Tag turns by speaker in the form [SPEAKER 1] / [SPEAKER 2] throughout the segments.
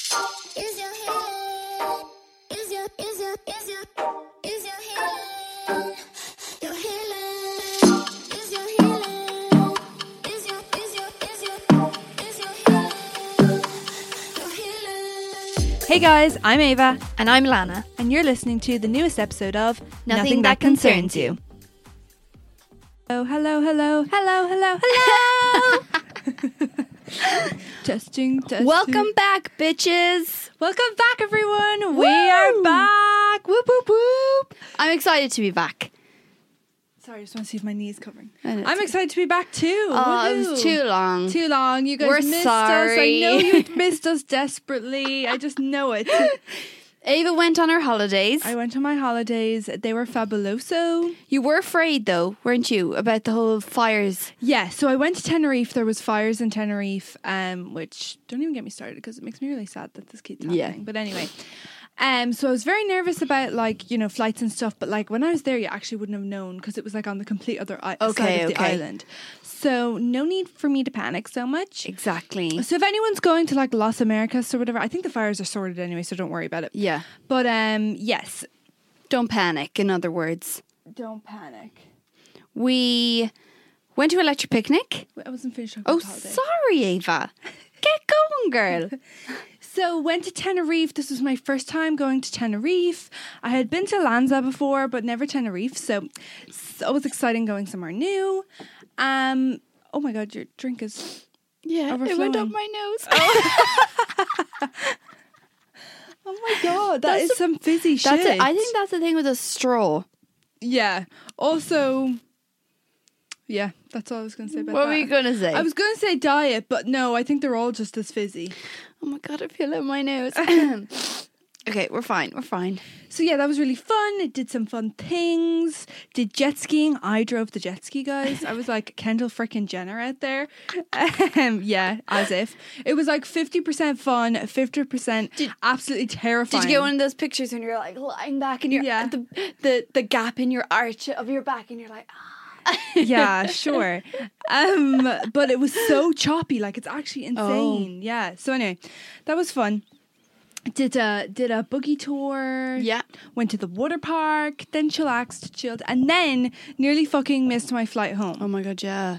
[SPEAKER 1] Is your head? Is your is your is your is your healing? Your healing is your healing. Is your is your is your is your healing? Your healing.
[SPEAKER 2] Hey guys, I'm Ava,
[SPEAKER 3] And I'm Lana.
[SPEAKER 2] and you're listening to the newest episode of
[SPEAKER 3] Nothing That Concerns You.
[SPEAKER 2] Oh, hello, hello, hello, hello, hello. testing, testing.
[SPEAKER 3] Welcome back, bitches.
[SPEAKER 2] welcome back, everyone. We are
[SPEAKER 3] Woo!
[SPEAKER 2] back. Whoop, whoop, whoop.
[SPEAKER 3] I'm excited to be back.
[SPEAKER 2] Sorry, I just want to see if my knee's covering.
[SPEAKER 3] I know, it's
[SPEAKER 2] I'm
[SPEAKER 3] okay.
[SPEAKER 2] excited to be back too.
[SPEAKER 3] Oh, it was
[SPEAKER 2] Woohoo.
[SPEAKER 3] too long.
[SPEAKER 2] Too long. You guys
[SPEAKER 3] We're
[SPEAKER 2] missed us. I
[SPEAKER 3] sorry.
[SPEAKER 2] know you missed us desperately. I just know it.
[SPEAKER 3] Ava went on her holidays.
[SPEAKER 2] I went on my holidays. They were fabuloso.
[SPEAKER 3] you were afraid, though, weren't you, about the whole fires?
[SPEAKER 2] Yeah, so I went to Tenerife. There was fires in Tenerife, um, which don't even get me started because it makes me really sad that this keeps happening.
[SPEAKER 3] Yeah.
[SPEAKER 2] But anyway, um, so I was very nervous about like you know flights and stuff. But like when I was there, you actually wouldn't have known because it was like on the complete other I- side
[SPEAKER 3] Okay,
[SPEAKER 2] of the
[SPEAKER 3] okay.
[SPEAKER 2] island. So no need for me to panic so much.
[SPEAKER 3] Exactly.
[SPEAKER 2] So if anyone's going to like Las Americas or whatever, I think the fires are sorted anyway, so don't worry about it.
[SPEAKER 3] Yeah.
[SPEAKER 2] But um, yes,
[SPEAKER 3] Don't panic, in other words.
[SPEAKER 2] don't panic.
[SPEAKER 3] We went to Electric Picnic.
[SPEAKER 2] I wasn't finished.
[SPEAKER 3] Oh,
[SPEAKER 2] holiday.
[SPEAKER 3] sorry, Ava. Get going, girl.
[SPEAKER 2] So went to Tenerife. This was my first time going to Tenerife. I had been to Lanza before, but never Tenerife. So it's always exciting going somewhere new. Um. Oh my God, your drink is.
[SPEAKER 3] Yeah,
[SPEAKER 2] it went up
[SPEAKER 3] my nose.
[SPEAKER 2] Oh my God,
[SPEAKER 3] That's
[SPEAKER 2] that's
[SPEAKER 3] a-
[SPEAKER 2] some fizzy
[SPEAKER 3] that's
[SPEAKER 2] shit.
[SPEAKER 3] it. I think that's the thing with a straw.
[SPEAKER 2] Yeah. Also. Yeah, that's all I was going to say about
[SPEAKER 3] What
[SPEAKER 2] that.
[SPEAKER 3] were you going to say?
[SPEAKER 2] I was going to say diet, but no, I think they're all just as fizzy.
[SPEAKER 3] Oh my god, I feel it in my nose. okay, we're fine. We're fine.
[SPEAKER 2] So yeah, that was really fun. It did some fun things. Did jet skiing. I drove the jet ski, guys. I was like Kendall frickin' Jenner out there. Um, yeah, as if it was like fifty percent fun, fifty percent absolutely
[SPEAKER 3] Did
[SPEAKER 2] terrifying.
[SPEAKER 3] you get one of those pictures when you're like lying back and you're
[SPEAKER 2] Yeah.
[SPEAKER 3] the, the the gap in your arch of your back and you're like, ah.
[SPEAKER 2] yeah, sure. Um, but it was so choppy. Like it's actually
[SPEAKER 3] Oh.
[SPEAKER 2] insane. Yeah. So anyway, that was fun. Did a did a boogie tour.
[SPEAKER 3] Yeah.
[SPEAKER 2] Went to the water park. Then chillaxed, chilled, and then nearly fucking missed my flight home.
[SPEAKER 3] Oh my god, yeah.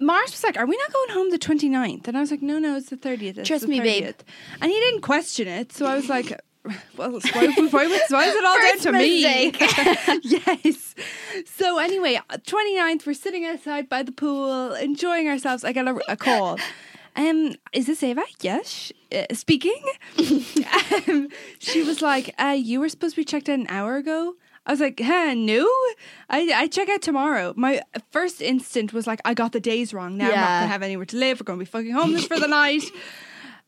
[SPEAKER 2] Mars was like, Are we not going home the 29th? And I was like, No, no, it's the 30th. It's
[SPEAKER 3] Trust
[SPEAKER 2] the
[SPEAKER 3] me, babe.
[SPEAKER 2] 30th." And he didn't question it. So I was like, Well, so why, why, was- why is it all down
[SPEAKER 3] First
[SPEAKER 2] to me?
[SPEAKER 3] mistake.
[SPEAKER 2] yes. So anyway, 29th, we're sitting outside by the pool, enjoying ourselves. I get a, a call. Um, is this Ava? Yes, uh, speaking. um, she was like, uh, "You were supposed to be checked out an hour ago." I was like, huh, "No, I, I check out tomorrow." My first instinct was like, "I got the days wrong. Now I'm not
[SPEAKER 3] Yeah.
[SPEAKER 2] gonna have anywhere to live. We're gonna be fucking homeless for the night."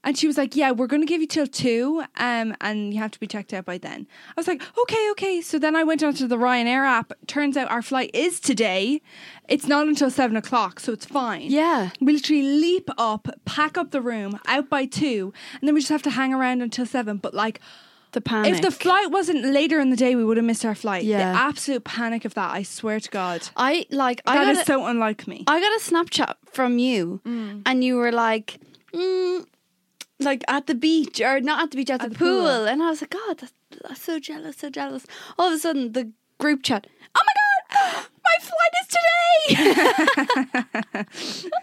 [SPEAKER 2] And she was like, "Yeah, we're going to give you till two, um, and you have to be checked out by then." I was like, "Okay, okay." So then I went onto the Ryanair app. Turns out our flight is today. It's not until seven o'clock, so it's fine.
[SPEAKER 3] Yeah.
[SPEAKER 2] we literally leap up, pack up the room, out by two, and then we just have to hang around until seven. But like,
[SPEAKER 3] The panic.
[SPEAKER 2] if the flight wasn't later in the day, we would have missed our flight.
[SPEAKER 3] Yeah.
[SPEAKER 2] the absolute panic of that. I swear to God,
[SPEAKER 3] I like I
[SPEAKER 2] that
[SPEAKER 3] got
[SPEAKER 2] is
[SPEAKER 3] a,
[SPEAKER 2] so unlike me.
[SPEAKER 3] I got a Snapchat from you and you were like, mm, like at the beach or not at the beach at, the,
[SPEAKER 2] the pool.
[SPEAKER 3] pool. and I was like, God, that's, that's so jealous, so jealous. All of a sudden, the group chat. Oh my God, my flight is today.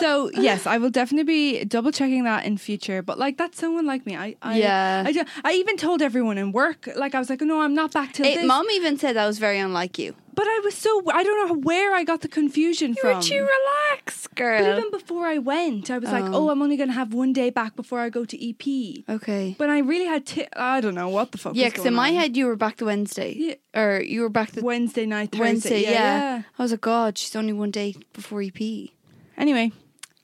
[SPEAKER 2] so yes, I will definitely be double checking that in future. But like that's someone like me. I, I
[SPEAKER 3] Yeah.
[SPEAKER 2] I, do- I even told everyone in work. Like I was like, no, I'm not back till
[SPEAKER 3] It,
[SPEAKER 2] this.
[SPEAKER 3] Mom even said that was very unlike you.
[SPEAKER 2] But I was so I don't know where I got the confusion from.
[SPEAKER 3] relax,
[SPEAKER 2] but
[SPEAKER 3] girl?
[SPEAKER 2] even before I went, I was like,
[SPEAKER 3] Oh.
[SPEAKER 2] oh, I'm only gonna have one day back before I go to E EP.
[SPEAKER 3] okay.
[SPEAKER 2] But I really had I I don't know what the fuck.
[SPEAKER 3] Yeah,
[SPEAKER 2] was
[SPEAKER 3] because
[SPEAKER 2] going
[SPEAKER 3] in my
[SPEAKER 2] on.
[SPEAKER 3] head you were back the Wednesday,
[SPEAKER 2] Yeah.
[SPEAKER 3] or you were back the
[SPEAKER 2] Wednesday night, Thursday.
[SPEAKER 3] Wednesday.
[SPEAKER 2] yeah,
[SPEAKER 3] yeah.
[SPEAKER 2] yeah.
[SPEAKER 3] I was like, God, she's only one day before E EP. Yeah,
[SPEAKER 2] Anyway,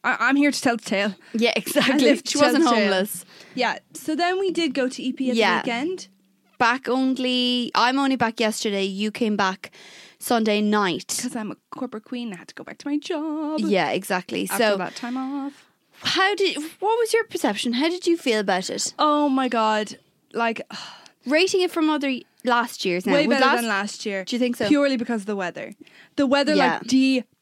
[SPEAKER 2] I, I'm here to tell the tale.
[SPEAKER 3] exactly.
[SPEAKER 2] lived
[SPEAKER 3] She wasn't
[SPEAKER 2] till- till-
[SPEAKER 3] homeless.
[SPEAKER 2] Yeah. So then we did go to EP at
[SPEAKER 3] Yeah.
[SPEAKER 2] the weekend.
[SPEAKER 3] Back only. I'm only back yesterday. You came back Sunday night.
[SPEAKER 2] because I'm a corporate queen. I had to go back to my job.
[SPEAKER 3] Yeah, exactly.
[SPEAKER 2] After
[SPEAKER 3] so,
[SPEAKER 2] that time off.
[SPEAKER 3] how did? What was your perception? How did you feel about it?
[SPEAKER 2] Oh my god! Like
[SPEAKER 3] Rating it from other y- last year's now.
[SPEAKER 2] Way
[SPEAKER 3] was
[SPEAKER 2] better than last year.
[SPEAKER 3] Do you think so?
[SPEAKER 2] Purely because of the weather. The weather like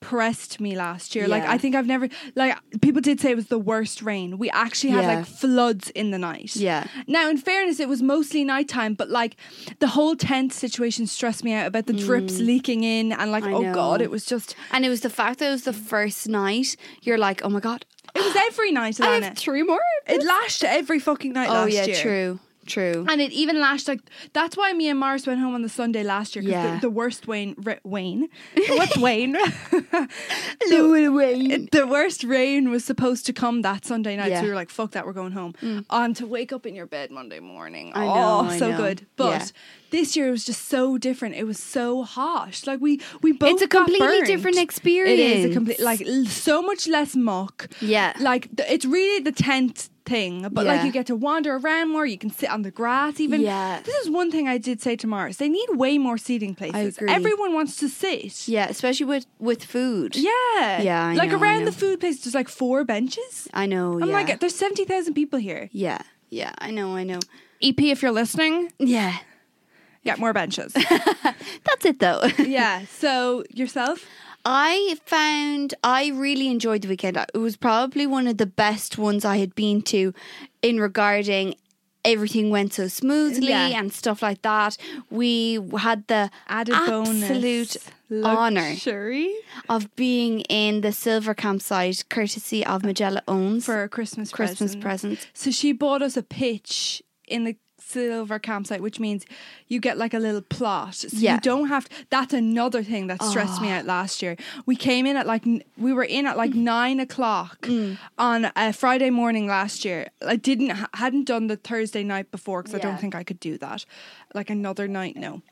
[SPEAKER 2] depressed me last year. Like
[SPEAKER 3] Yeah.
[SPEAKER 2] I think I've never like people did say it was the worst rain. We actually had
[SPEAKER 3] Yeah.
[SPEAKER 2] like floods in the night.
[SPEAKER 3] Yeah.
[SPEAKER 2] Now in fairness it was mostly nighttime, but like the whole tent situation stressed me out about the drips leaking in and like
[SPEAKER 3] Mm. I
[SPEAKER 2] oh
[SPEAKER 3] know.
[SPEAKER 2] god, it was just
[SPEAKER 3] And it was the fact that it was the first night. You're like, oh my god,
[SPEAKER 2] it was every night
[SPEAKER 3] I
[SPEAKER 2] Alana.
[SPEAKER 3] have three more.
[SPEAKER 2] it lashed every fucking night
[SPEAKER 3] oh
[SPEAKER 2] last
[SPEAKER 3] yeah,
[SPEAKER 2] year.
[SPEAKER 3] true, true.
[SPEAKER 2] And it even lashed like that's why me and Mars went home on the Sunday last year because
[SPEAKER 3] Yeah.
[SPEAKER 2] the, the worst Wayne ri Wayne what's Wayne
[SPEAKER 3] Wayne.
[SPEAKER 2] the worst rain was supposed to come that Sunday night.
[SPEAKER 3] Yeah. Mm.
[SPEAKER 2] So we were like, fuck that, we're going home. Um, to wake up in your bed Monday morning.
[SPEAKER 3] I
[SPEAKER 2] oh,
[SPEAKER 3] know, I
[SPEAKER 2] so
[SPEAKER 3] know.
[SPEAKER 2] good. But
[SPEAKER 3] Yeah.
[SPEAKER 2] this year it was just so different. It was so harsh. Like we we both
[SPEAKER 3] It's a
[SPEAKER 2] got
[SPEAKER 3] completely
[SPEAKER 2] burnt.
[SPEAKER 3] different experience.
[SPEAKER 2] It is a complete like l- so much less muck.
[SPEAKER 3] Yeah.
[SPEAKER 2] Like th- it's really the tent thing, but
[SPEAKER 3] Yeah.
[SPEAKER 2] like you get to wander around more. You can sit on the grass even.
[SPEAKER 3] Yeah.
[SPEAKER 2] This is one thing I did say to Mars. They need way more seating places.
[SPEAKER 3] agree.
[SPEAKER 2] Everyone wants to sit.
[SPEAKER 3] Yeah, especially with with food.
[SPEAKER 2] Yeah.
[SPEAKER 3] Yeah, I
[SPEAKER 2] like
[SPEAKER 3] know, I
[SPEAKER 2] around
[SPEAKER 3] know.
[SPEAKER 2] the food place, there's like four benches.
[SPEAKER 3] I know.
[SPEAKER 2] I'm
[SPEAKER 3] yeah.
[SPEAKER 2] like, there's 70,000 people here.
[SPEAKER 3] yeah, yeah. I know. I know.
[SPEAKER 2] EP, E if you're listening,
[SPEAKER 3] Yeah,
[SPEAKER 2] get more benches.
[SPEAKER 3] that's it though.
[SPEAKER 2] yeah. So, yourself?
[SPEAKER 3] I found I really enjoyed the weekend. It was probably one of the best ones I had been to in regarding everything went so smoothly
[SPEAKER 2] Yeah.
[SPEAKER 3] and stuff like that. We had the
[SPEAKER 2] Added
[SPEAKER 3] absolute
[SPEAKER 2] bonus.
[SPEAKER 3] honor
[SPEAKER 2] Luxury
[SPEAKER 3] of being in the silver campsite courtesy of Magella Owns
[SPEAKER 2] for a Christmas
[SPEAKER 3] Christmas
[SPEAKER 2] present.
[SPEAKER 3] present.
[SPEAKER 2] So, she bought us a pitch in the silver campsite, which means you get like a little plot. So,
[SPEAKER 3] Yeah. Ah.
[SPEAKER 2] you don't have That's another thing that stressed me out last year. We came in at like, n- we were in at like
[SPEAKER 3] Mm.
[SPEAKER 2] nine o'clock on a Friday morning last year. I didn't, hadn't done the Thursday night before because I
[SPEAKER 3] Yeah.
[SPEAKER 2] don't think I could do that. Like another night, no.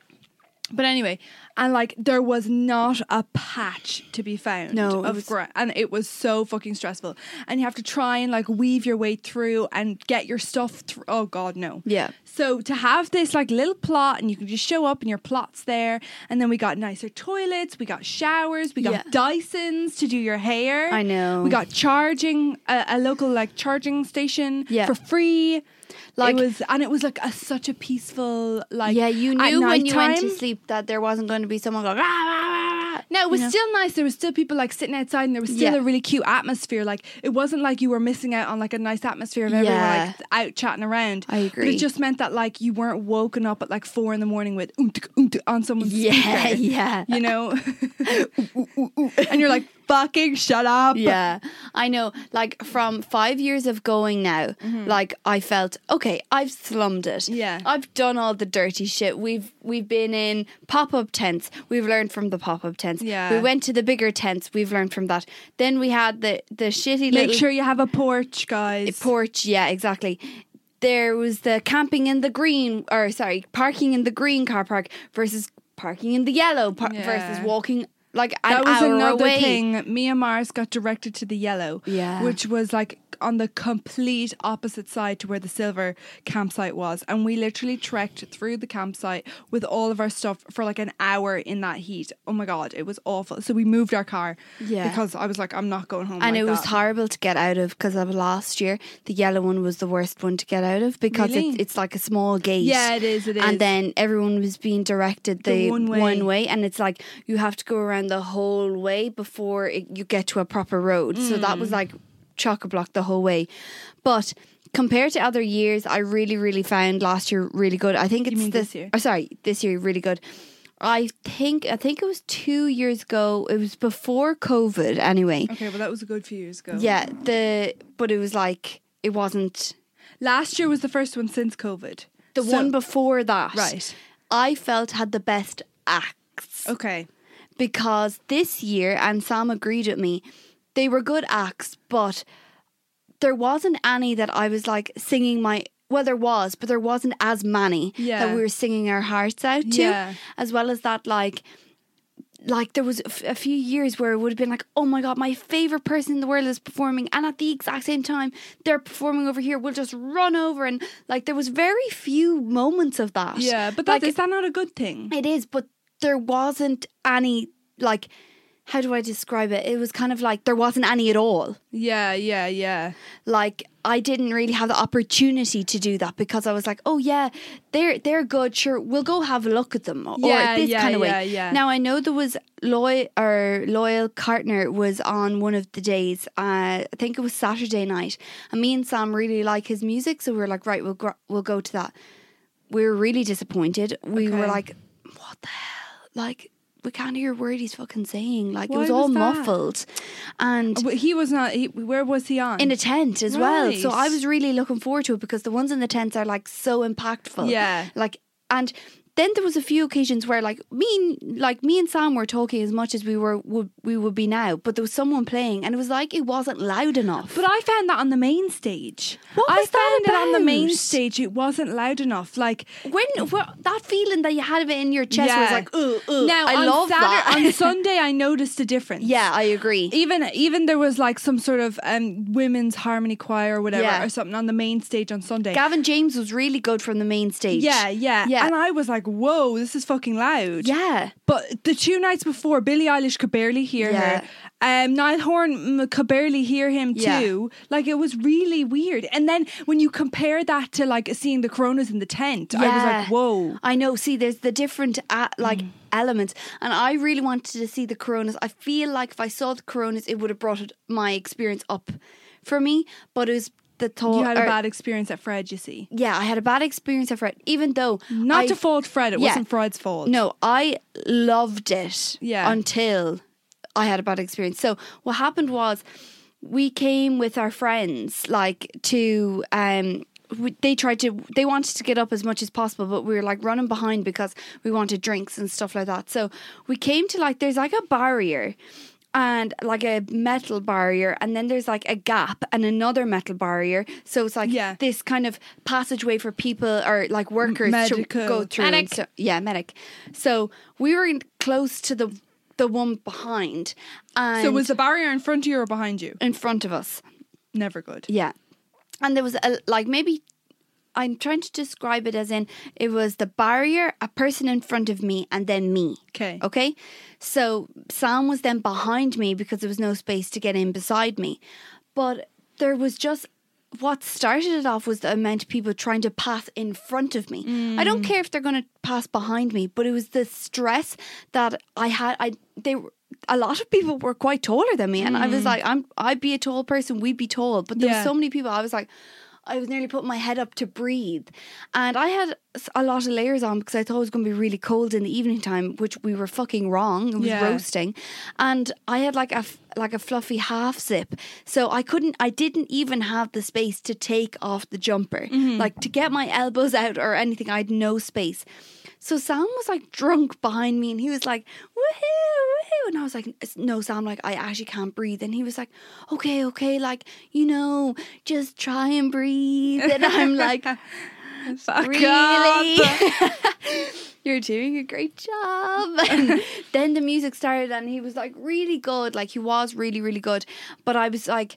[SPEAKER 2] But anyway, and like there was not a patch to be found
[SPEAKER 3] No, it
[SPEAKER 2] of
[SPEAKER 3] was-
[SPEAKER 2] gra- and it was so fucking stressful. And you have to try and like weave your way through and get your stuff through. Oh god, no.
[SPEAKER 3] Yeah.
[SPEAKER 2] So to have this like little plot and you can just show up and your plot's there and then we got nicer toilets, we got showers, we got
[SPEAKER 3] Yeah.
[SPEAKER 2] Dysons to do your hair.
[SPEAKER 3] I know.
[SPEAKER 2] We got charging a, a local like charging station
[SPEAKER 3] Yeah.
[SPEAKER 2] for free.
[SPEAKER 3] Like-
[SPEAKER 2] Like it was and it was like a, such a peaceful like
[SPEAKER 3] yeah, you
[SPEAKER 2] at
[SPEAKER 3] knew when you went to
[SPEAKER 2] nighttime.
[SPEAKER 3] sleep that there wasn't going to be someone going. "Rah, rah, rah, rah."
[SPEAKER 2] No, it was
[SPEAKER 3] You know?
[SPEAKER 2] still nice. There was still people like sitting outside, and there was still
[SPEAKER 3] Yeah.
[SPEAKER 2] a really cute atmosphere. Like it wasn't like you were missing out on like a nice atmosphere of everyone
[SPEAKER 3] Yeah.
[SPEAKER 2] like out chatting around.
[SPEAKER 3] I
[SPEAKER 2] But
[SPEAKER 3] agree.
[SPEAKER 2] it just meant that like you weren't woken up at like four in the morning with "Oontuk, oontuk" on someone's
[SPEAKER 3] Yeah,
[SPEAKER 2] speaker,
[SPEAKER 3] yeah.
[SPEAKER 2] you know, and you're like fucking shut up.
[SPEAKER 3] Yeah, I know. Like from five years of going now, like I felt okay. I've slummed it.
[SPEAKER 2] Mm-hmm. Yeah.
[SPEAKER 3] I've done all the dirty shit. We've we've been in pop up tents. We've learned from the pop up tents.
[SPEAKER 2] Yeah.
[SPEAKER 3] we went to the bigger tents. We've learned from that. Then we had the the
[SPEAKER 2] Make
[SPEAKER 3] shitty little
[SPEAKER 2] sure you have a porch, guys.
[SPEAKER 3] porch. Yeah, exactly. There was the camping in the green, or sorry, parking in the green car park versus parking in the yellow par-
[SPEAKER 2] Yeah.
[SPEAKER 3] versus walking like an
[SPEAKER 2] that was
[SPEAKER 3] hour
[SPEAKER 2] another
[SPEAKER 3] away.
[SPEAKER 2] thing. Mia Mars got directed to the yellow,
[SPEAKER 3] Yeah.
[SPEAKER 2] which was like on the complete opposite side to where the silver campsite was, and we literally trekked through the campsite with all of our stuff for like an hour in that heat. Oh my god, it was awful. So we moved our car,
[SPEAKER 3] Yeah.
[SPEAKER 2] because I was like, I'm not going home,
[SPEAKER 3] and
[SPEAKER 2] like
[SPEAKER 3] it was
[SPEAKER 2] that.
[SPEAKER 3] horrible to get out of because of last year the yellow one was the worst one to get out of because
[SPEAKER 2] Really?
[SPEAKER 3] it's, it's like a small gate
[SPEAKER 2] Yeah, it is, it is.
[SPEAKER 3] and then everyone was being directed the,
[SPEAKER 2] one
[SPEAKER 3] one,
[SPEAKER 2] way.
[SPEAKER 3] way. and it's like you have to go around the whole way before it, you get to a proper road so that
[SPEAKER 2] Mm.
[SPEAKER 3] was like chock a block the whole way but compared to other years I really really found last year really good I think it's
[SPEAKER 2] mean this year?
[SPEAKER 3] oh, sorry this year really good I think I think it was two years ago. It was before COVID, anyway.
[SPEAKER 2] Okay, well that was a good few years ago.
[SPEAKER 3] Yeah, the but it was like it wasn't
[SPEAKER 2] last year was the first one since COVID.
[SPEAKER 3] the
[SPEAKER 2] So-
[SPEAKER 3] one before that.
[SPEAKER 2] Right.
[SPEAKER 3] I felt had the best acts
[SPEAKER 2] Okay.
[SPEAKER 3] because this year and Sam agreed with me. They were good acts, but there wasn't any that I was like singing my well there was, but there wasn't as many
[SPEAKER 2] Yeah.
[SPEAKER 3] that we were singing our hearts out to.
[SPEAKER 2] Yeah.
[SPEAKER 3] As well as that like like there was a f- a few years where it would have been like, oh my god, my favorite person in the world is performing, and at the exact same time they're performing over here. We'll just run over and like there was very few moments of that.
[SPEAKER 2] Yeah, but that,
[SPEAKER 3] like
[SPEAKER 2] is that not a good thing?
[SPEAKER 3] it is, but there wasn't any like how do I describe it? It was kind of like there wasn't any at all.
[SPEAKER 2] Yeah, yeah, yeah.
[SPEAKER 3] Like I didn't really have the opportunity to do that because I was like, oh yeah, they're they're good. Sure, we'll go have a look at them. Or
[SPEAKER 2] Yeah,
[SPEAKER 3] this
[SPEAKER 2] yeah,
[SPEAKER 3] kind of
[SPEAKER 2] yeah,
[SPEAKER 3] way.
[SPEAKER 2] yeah.
[SPEAKER 3] Now I know there was loyal or loyal partner was on one of the days. Uh, I think it was Saturday night, and me and Sam really like his music, so we were like, right, we'll gr- we'll go to that. We were really disappointed. We were
[SPEAKER 2] Okay.
[SPEAKER 3] like, what the hell? Like we can't hear a word he's fucking saying. Like it
[SPEAKER 2] Why
[SPEAKER 3] was all
[SPEAKER 2] was that?
[SPEAKER 3] muffled, and
[SPEAKER 2] But he was not. He, where was he on?
[SPEAKER 3] in a tent as well. So
[SPEAKER 2] Right.
[SPEAKER 3] I was really looking forward to it because the ones in the tents are like so impactful.
[SPEAKER 2] Yeah.
[SPEAKER 3] Like and then there was a few occasions where like me and like me and Sam were talking as much as we were would we would be now, but there was someone playing and it was like it wasn't loud enough.
[SPEAKER 2] But I found that on the main stage.
[SPEAKER 3] What
[SPEAKER 2] I
[SPEAKER 3] was that
[SPEAKER 2] found it on the main
[SPEAKER 3] about?
[SPEAKER 2] stage. It wasn't loud enough. Like
[SPEAKER 3] when well, that feeling that you had of it in your chest was
[SPEAKER 2] Yeah.
[SPEAKER 3] like, ooh, ooh.
[SPEAKER 2] now
[SPEAKER 3] I
[SPEAKER 2] on
[SPEAKER 3] love
[SPEAKER 2] Saturday,
[SPEAKER 3] that.
[SPEAKER 2] on Sunday, I noticed a difference.
[SPEAKER 3] yeah, I agree.
[SPEAKER 2] Even even there was like some sort of um, women's harmony choir or whatever
[SPEAKER 3] Yeah.
[SPEAKER 2] or something on the main stage on Sunday.
[SPEAKER 3] Gavin James was really good from the main stage.
[SPEAKER 2] yeah, yeah,
[SPEAKER 3] Yeah.
[SPEAKER 2] And I was like, "Whoa, this is fucking loud."
[SPEAKER 3] Yeah.
[SPEAKER 2] But the two nights before, Billie Eilish could barely hear
[SPEAKER 3] Yeah.
[SPEAKER 2] her. Um, Niall Horn mm, could barely hear him
[SPEAKER 3] Yeah.
[SPEAKER 2] too. Like it was really weird. And then when you compare that to like seeing the Coronas in the tent, I was like, whoa. Mm.
[SPEAKER 3] I know. See, there's the different uh, like elements, and I really wanted to see the Coronas. I feel like if I saw the Coronas, it would have brought it, my experience up for me. But it was the thought.
[SPEAKER 2] You had a
[SPEAKER 3] or-
[SPEAKER 2] bad experience at Fred, you see.
[SPEAKER 3] yeah, I had a bad experience of it, even though
[SPEAKER 2] Not
[SPEAKER 3] I,
[SPEAKER 2] to fault Fred. It
[SPEAKER 3] Yeah.
[SPEAKER 2] wasn't Fred's fault.
[SPEAKER 3] No, I loved it.
[SPEAKER 2] Yeah.
[SPEAKER 3] Until I had a bad experience. So what happened was, we came with our friends, like to um. we- They tried to. They wanted to get up as much as possible, but we were like running behind because we wanted drinks and stuff like that. So we came to like there's like a barrier, and like a metal barrier, and then there's like a gap and another metal barrier. So it's like
[SPEAKER 2] Yeah.
[SPEAKER 3] this kind of passageway for people or like workers to
[SPEAKER 2] medical.
[SPEAKER 3] go through. and
[SPEAKER 2] Medic.
[SPEAKER 3] so- yeah, medic. So we were in, close to the the one behind, and
[SPEAKER 2] So was the barrier in front of you or behind you?
[SPEAKER 3] in front of us.
[SPEAKER 2] Never good.
[SPEAKER 3] Yeah, and there was a, like maybe I'm trying to describe it as in it was the barrier, a person in front of me, and then me.
[SPEAKER 2] Okay.
[SPEAKER 3] Okay. So Sam was then behind me because there was no space to get in beside me. But there was just what started it off was the amount of people trying to pass in front of me. I
[SPEAKER 2] Mm.
[SPEAKER 3] don't care if they're going to pass behind me, but it was the stress that I had. I they were. A lot of people were quite taller than me, and I was
[SPEAKER 2] Mm.
[SPEAKER 3] like, "I'm, I'd be a tall person, we'd be tall." But there were
[SPEAKER 2] Yeah.
[SPEAKER 3] so many people. I was like, I was nearly putting my head up to breathe, and I had s- a lot of layers on because I thought it was going to be really cold in the evening time, which we were fucking wrong. It was
[SPEAKER 2] Yeah.
[SPEAKER 3] roasting, and I had like a f- like a fluffy half zip, so I couldn't. I didn't even have the space to take off the jumper, like to get my elbows out or anything. I had no space. So Sam was like drunk behind me, and he was like, "Woohoo, woohoo!" And I was like, "It's- "No, Sam, like I actually can't breathe." And he was like, "Okay, okay, like you know, just try and breathe." And I'm like,
[SPEAKER 2] Fuck
[SPEAKER 3] really?
[SPEAKER 2] off.
[SPEAKER 3] You're doing a great job. And then the music started, and he was like really good. Like he was really, really good. But I was like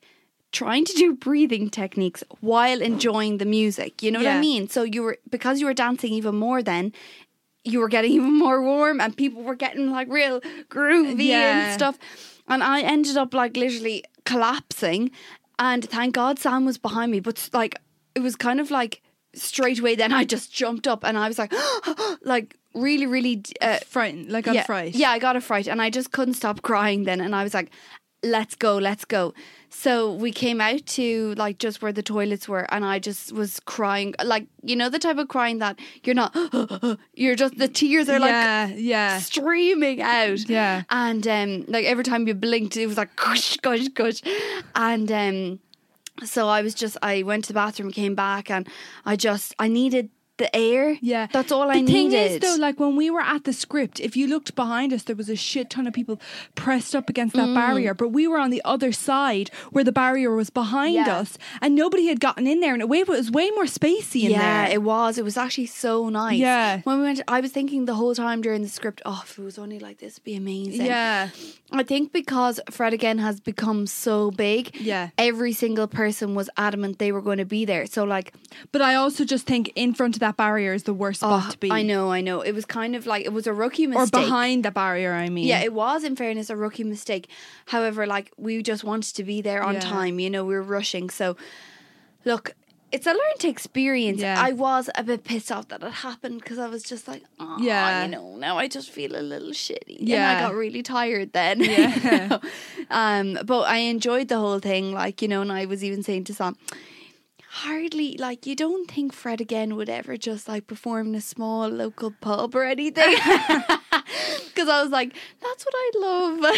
[SPEAKER 3] trying to do breathing techniques while enjoying the music. You know what I
[SPEAKER 2] Yeah.
[SPEAKER 3] mean? So you were because you were dancing even more then. You were getting even more warm, and people were getting like real groovy and
[SPEAKER 2] Yeah.
[SPEAKER 3] stuff. And I ended up like literally collapsing. And thank God Sam was behind me, but like it was kind of like straight away. Then I just jumped up and I was like, like really, really. Uh,
[SPEAKER 2] Frightened. Like I'm
[SPEAKER 3] yeah,
[SPEAKER 2] fright.
[SPEAKER 3] Yeah, I got a fright, and I just couldn't stop crying then. And I was like, "Let's go, let's go." So we came out to like just where the toilets were, and I just was crying, like you know the type of crying that you're not, you're just the tears are like
[SPEAKER 2] yeah, yeah.
[SPEAKER 3] streaming out.
[SPEAKER 2] Yeah.
[SPEAKER 3] And um like every time you blinked it was like gush gush gush. And um so I was just I went to the bathroom, came back and I just I needed the air.
[SPEAKER 2] Yeah,
[SPEAKER 3] That's all
[SPEAKER 2] the
[SPEAKER 3] I
[SPEAKER 2] thing
[SPEAKER 3] needed.
[SPEAKER 2] is, though, like when we were at the script, if you looked behind us, there was a shit ton of people pressed up against
[SPEAKER 3] Mm.
[SPEAKER 2] that barrier, but we were on the other side where the barrier was behind
[SPEAKER 3] Yeah.
[SPEAKER 2] us, and nobody had gotten in there, and it wa- it was way more spacey in
[SPEAKER 3] yeah,
[SPEAKER 2] there.
[SPEAKER 3] it was. It was actually so nice.
[SPEAKER 2] Yeah.
[SPEAKER 3] When we went I was thinking the whole time during the script, oh, if it was only like this would be amazing.
[SPEAKER 2] yeah,
[SPEAKER 3] I think because Fred again has become so big,
[SPEAKER 2] Yeah.
[SPEAKER 3] every single person was adamant they were going to be there. So like
[SPEAKER 2] but I also just think in front of that that barrier is the worst spot
[SPEAKER 3] Oh,
[SPEAKER 2] to be.
[SPEAKER 3] I know, I know. It was kind of like it was a rookie
[SPEAKER 2] Or
[SPEAKER 3] mistake.
[SPEAKER 2] behind the barrier, I mean.
[SPEAKER 3] Yeah, it was in fairness a rookie mistake. However, like we just wanted to be there on
[SPEAKER 2] Yeah.
[SPEAKER 3] time, you know, we were rushing. So look, it's a learned experience.
[SPEAKER 2] Yeah.
[SPEAKER 3] I was a bit pissed off that it happened because I was just like, oh,
[SPEAKER 2] Yeah.
[SPEAKER 3] you know, now I just feel a little shitty. And I
[SPEAKER 2] Yeah.
[SPEAKER 3] got really tired then. you
[SPEAKER 2] Yeah.
[SPEAKER 3] know. um, but I enjoyed the whole thing, like, you know, and I was even saying to Sam, hardly like you don't think Fred again would ever just like perform in a small local pub or anything. Because I was like, that's what I love.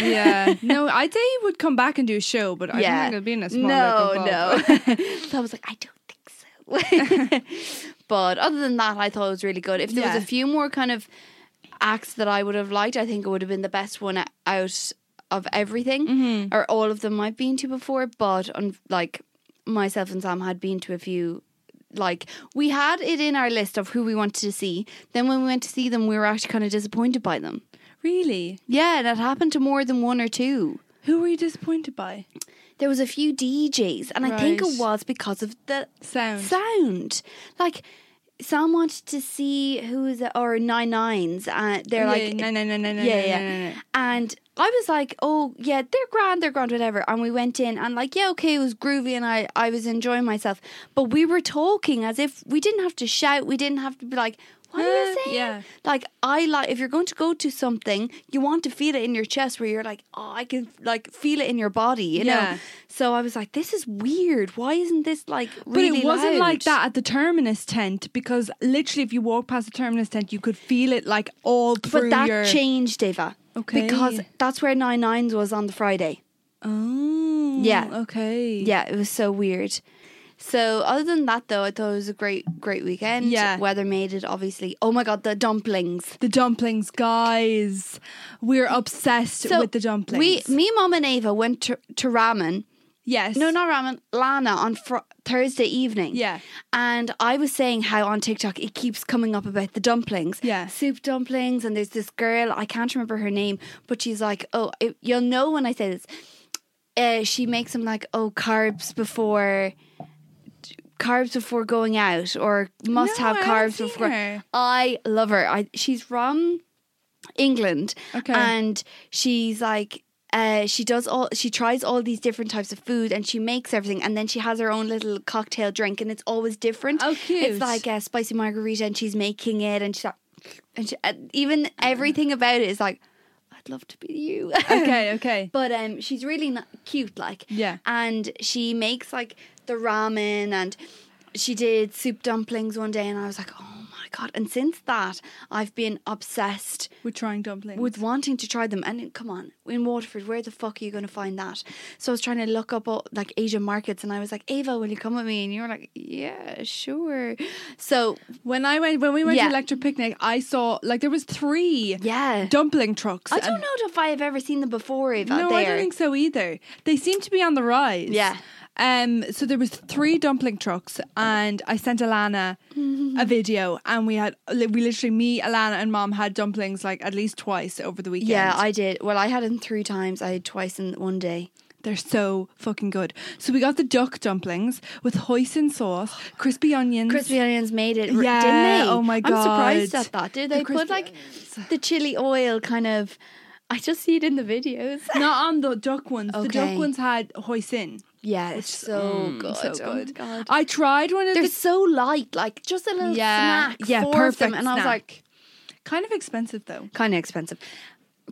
[SPEAKER 2] yeah. No, I'd say he would come back and do a show, but I don't
[SPEAKER 3] Yeah.
[SPEAKER 2] think it'll be in a small
[SPEAKER 3] no,
[SPEAKER 2] local pub.
[SPEAKER 3] no. so I was like, I don't think so. but other than that, I thought it was really good. If there was
[SPEAKER 2] Yeah.
[SPEAKER 3] a few more kind of acts that I would have liked, I think it would have been the best one out of everything,
[SPEAKER 2] Mm-hmm.
[SPEAKER 3] or all of them I've been to before. But on like myself and Sam had been to a few. Like we had it in our list of who we wanted to see. Then when we went to see them, we were actually kind of disappointed by them.
[SPEAKER 2] Really?
[SPEAKER 3] Yeah, that happened to more than one or two
[SPEAKER 2] Who were you disappointed by?
[SPEAKER 3] there was a few DJs, and I think
[SPEAKER 2] Right.
[SPEAKER 3] it was because of the
[SPEAKER 2] Sound.
[SPEAKER 3] sound. Like Sam wanted to see who is it, or Nine Nines, and they're like,
[SPEAKER 2] no, no, no, no, no,
[SPEAKER 3] yeah,
[SPEAKER 2] no,
[SPEAKER 3] yeah.
[SPEAKER 2] no, no.
[SPEAKER 3] And I was like, oh yeah, they're grand, they're grand, whatever. And we went in, and like, yeah, okay, it was groovy, and I I was enjoying myself, but we were talking as if we didn't have to shout, we didn't have to be like. What are you
[SPEAKER 2] Uh,
[SPEAKER 3] saying?
[SPEAKER 2] yeah.
[SPEAKER 3] Like I like if you're going to go to something, you want to feel it in your chest where you're like, oh, I can like feel it in your body, you know.
[SPEAKER 2] Yeah.
[SPEAKER 3] So I was like, this is weird. Why isn't this like
[SPEAKER 2] But
[SPEAKER 3] really
[SPEAKER 2] it wasn't like
[SPEAKER 3] loud?
[SPEAKER 2] that at the terminus tent because literally, if you walk past the terminus tent, you could feel it like all
[SPEAKER 3] But
[SPEAKER 2] through
[SPEAKER 3] that
[SPEAKER 2] your.
[SPEAKER 3] changed, Deva.
[SPEAKER 2] Okay.
[SPEAKER 3] Because that's where Nine Nines was on the Friday.
[SPEAKER 2] oh,
[SPEAKER 3] Yeah.
[SPEAKER 2] okay,
[SPEAKER 3] Yeah, it was so weird. So other than that though, I thought it was a great, great weekend.
[SPEAKER 2] Yeah.
[SPEAKER 3] Weather made it obviously. Oh my god, the dumplings.
[SPEAKER 2] The dumplings, guys, we're obsessed with the dumplings.
[SPEAKER 3] We me, Mum and Ava went to, to ramen.
[SPEAKER 2] yes,
[SPEAKER 3] No, not ramen, Lana on fr- Thursday evening.
[SPEAKER 2] Yeah.
[SPEAKER 3] And I was saying how on TikTok it keeps coming up about the dumplings.
[SPEAKER 2] Yeah.
[SPEAKER 3] Soup dumplings. And there's this girl, I can't remember her name, but she's like, oh, it, you'll know when I say this. Uh, she makes them like, oh, carbs before. Carbs before going out, or must
[SPEAKER 2] No,
[SPEAKER 3] have
[SPEAKER 2] I haven't
[SPEAKER 3] carbs
[SPEAKER 2] seen
[SPEAKER 3] before.
[SPEAKER 2] her.
[SPEAKER 3] I love her. I she's from England.
[SPEAKER 2] Okay.
[SPEAKER 3] And she's like, uh, she does all, she tries all these different types of food and she makes everything. And then she has her own little cocktail drink and it's always different.
[SPEAKER 2] Oh, cute.
[SPEAKER 3] It's like a spicy margarita and she's making it and she's like, and she, uh, even everything about it is like, I'd love to be you.
[SPEAKER 2] okay, okay,
[SPEAKER 3] But um, she's really n cute, like.
[SPEAKER 2] Yeah.
[SPEAKER 3] And she makes like the ramen, and she did soup dumplings one day, and I was like, oh my god! And since that, I've been obsessed
[SPEAKER 2] we're trying dumplings.
[SPEAKER 3] with wanting to try them. And come on, in Waterford, where the fuck are you going to find that? So I was trying to look up all, like Asian markets, and I was like, Ava, will you come with me? And you were like, yeah, sure. So
[SPEAKER 2] when I went, when we went
[SPEAKER 3] Yeah.
[SPEAKER 2] to Electric Picnic, I saw like there was three
[SPEAKER 3] yeah,
[SPEAKER 2] dumpling trucks.
[SPEAKER 3] I
[SPEAKER 2] and-
[SPEAKER 3] don't know if I have ever seen them before. Ava,
[SPEAKER 2] No,
[SPEAKER 3] there.
[SPEAKER 2] I don't think so either. They seem to be on the rise.
[SPEAKER 3] Yeah.
[SPEAKER 2] Um. So there was three dumpling trucks, and I sent Alana a video, and we had li- we literally me, Alana, and Mom had dumplings like at least twice over the weekend.
[SPEAKER 3] Yeah, I did. Well, I had them three times. I had twice in one day.
[SPEAKER 2] They're so fucking good. So we got the duck dumplings with hoisin sauce, crispy onions.
[SPEAKER 3] Crispy onions made it, r-
[SPEAKER 2] Yeah,
[SPEAKER 3] didn't they?
[SPEAKER 2] oh my
[SPEAKER 3] I'm surprised
[SPEAKER 2] God.
[SPEAKER 3] at that. Did
[SPEAKER 2] The
[SPEAKER 3] they
[SPEAKER 2] crispy
[SPEAKER 3] put like the chili oil kind of? I just see it in the videos.
[SPEAKER 2] Not on the duck ones. The
[SPEAKER 3] Okay.
[SPEAKER 2] duck ones had hoisin.
[SPEAKER 3] Yeah, it's so
[SPEAKER 2] Mm,
[SPEAKER 3] good.
[SPEAKER 2] So
[SPEAKER 3] Oh my
[SPEAKER 2] good.
[SPEAKER 3] God.
[SPEAKER 2] I tried one of
[SPEAKER 3] They're
[SPEAKER 2] the
[SPEAKER 3] so light, like just a little
[SPEAKER 2] Yeah,
[SPEAKER 3] snack.
[SPEAKER 2] yeah,
[SPEAKER 3] four of
[SPEAKER 2] perfect
[SPEAKER 3] them, And I was
[SPEAKER 2] snack.
[SPEAKER 3] like,
[SPEAKER 2] kind of expensive though.
[SPEAKER 3] kind of expensive.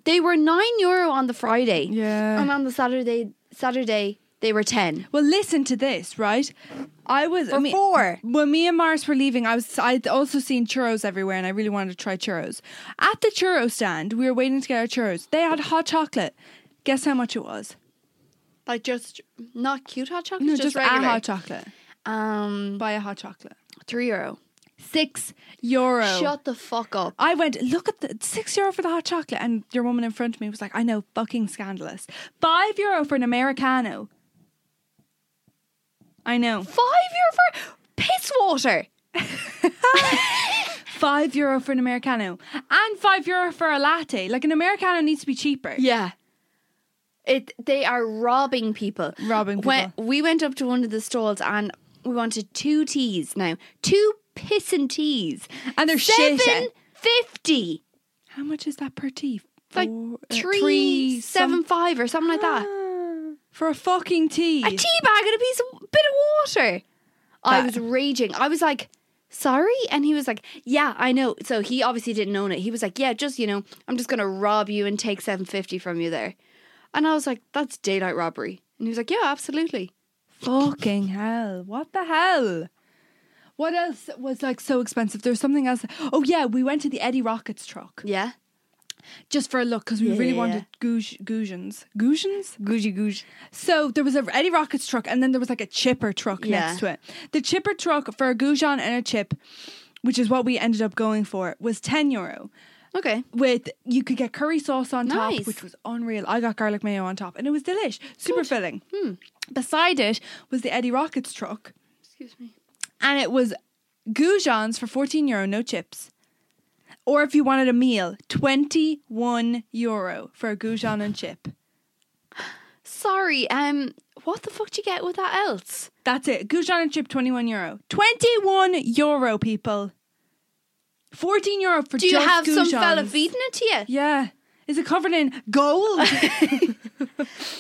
[SPEAKER 3] They were nine euro on the Friday.
[SPEAKER 2] Yeah.
[SPEAKER 3] and on the Saturday, Saturday they were ten.
[SPEAKER 2] Well, listen to this, right? I was
[SPEAKER 3] For
[SPEAKER 2] me-
[SPEAKER 3] four.
[SPEAKER 2] when me and Mars were leaving. I was I'd also seen churros everywhere, and I really wanted to try churros. At the churro stand, we were waiting to get our churros. They had hot chocolate. Guess how much it was?
[SPEAKER 3] Like just not cute hot chocolate,
[SPEAKER 2] No,
[SPEAKER 3] just,
[SPEAKER 2] just, a
[SPEAKER 3] regular.
[SPEAKER 2] hot chocolate.
[SPEAKER 3] um,
[SPEAKER 2] Buy a hot chocolate.
[SPEAKER 3] three euro.
[SPEAKER 2] Six euro.
[SPEAKER 3] Shut the fuck up.
[SPEAKER 2] I went, look at the six euro for the hot chocolate. And your woman in front of me was like, I know, fucking scandalous. Five euro for an Americano. I know.
[SPEAKER 3] Five euro for piss water.
[SPEAKER 2] Five euro for an Americano and five euro for a latte. Like an Americano needs to be cheaper.
[SPEAKER 3] Yeah. It they are robbing people.
[SPEAKER 2] Robbing
[SPEAKER 3] When we went up to one of the stalls and we wanted two teas now. Two piss and teas.
[SPEAKER 2] And they're shit. eh?
[SPEAKER 3] Seven fifty.
[SPEAKER 2] How much is that per tea?
[SPEAKER 3] Like
[SPEAKER 2] Four- uh,
[SPEAKER 3] Three
[SPEAKER 2] some-
[SPEAKER 3] seven five or something like that.
[SPEAKER 2] Ah, For a fucking tea.
[SPEAKER 3] A tea bag and a piece of bit of water. I
[SPEAKER 2] That-
[SPEAKER 3] was raging. I was like, sorry? And he was like, Yeah, I know. So he obviously didn't own it. He was like, Yeah, just you know, I'm just gonna rob you and take seven fifty from you there. And I was like, That's daylight robbery. And he was like, Yeah, absolutely.
[SPEAKER 2] Fucking hell. What the hell? What else was like so expensive? There's something else. Oh yeah, we went to the Eddie Rockets truck
[SPEAKER 3] Yeah.
[SPEAKER 2] just for a look because we
[SPEAKER 3] Yeah,
[SPEAKER 2] really
[SPEAKER 3] yeah,
[SPEAKER 2] wanted Gouge, Gougeons. Gougeons? Gougie Gouge. So there was a Eddie Rockets truck and then there was like a chipper truck
[SPEAKER 3] Yeah.
[SPEAKER 2] next to it. The chipper truck for a Goujon and a chip, which is what we ended up going for, was 10 euro.
[SPEAKER 3] Okay.
[SPEAKER 2] with you could get curry sauce on top,
[SPEAKER 3] Nice.
[SPEAKER 2] which was unreal. I got garlic mayo on top, and it was delish, super filling.
[SPEAKER 3] Hmm.
[SPEAKER 2] Beside it was the Eddie Rockets truck,
[SPEAKER 3] Excuse me.
[SPEAKER 2] and it was goujons for fourteen euro, no chips. Or if you wanted a meal, twenty one euro for a goujon and chip.
[SPEAKER 3] Sorry, um, what the fuck do you get with that else?
[SPEAKER 2] That's it. Goujon and chip, twenty one euro. Twenty one euro, people. Fourteen euro for.
[SPEAKER 3] Do you
[SPEAKER 2] just
[SPEAKER 3] have some fella
[SPEAKER 2] goujons.
[SPEAKER 3] feeding it to you?
[SPEAKER 2] Yeah. Is it covered in gold?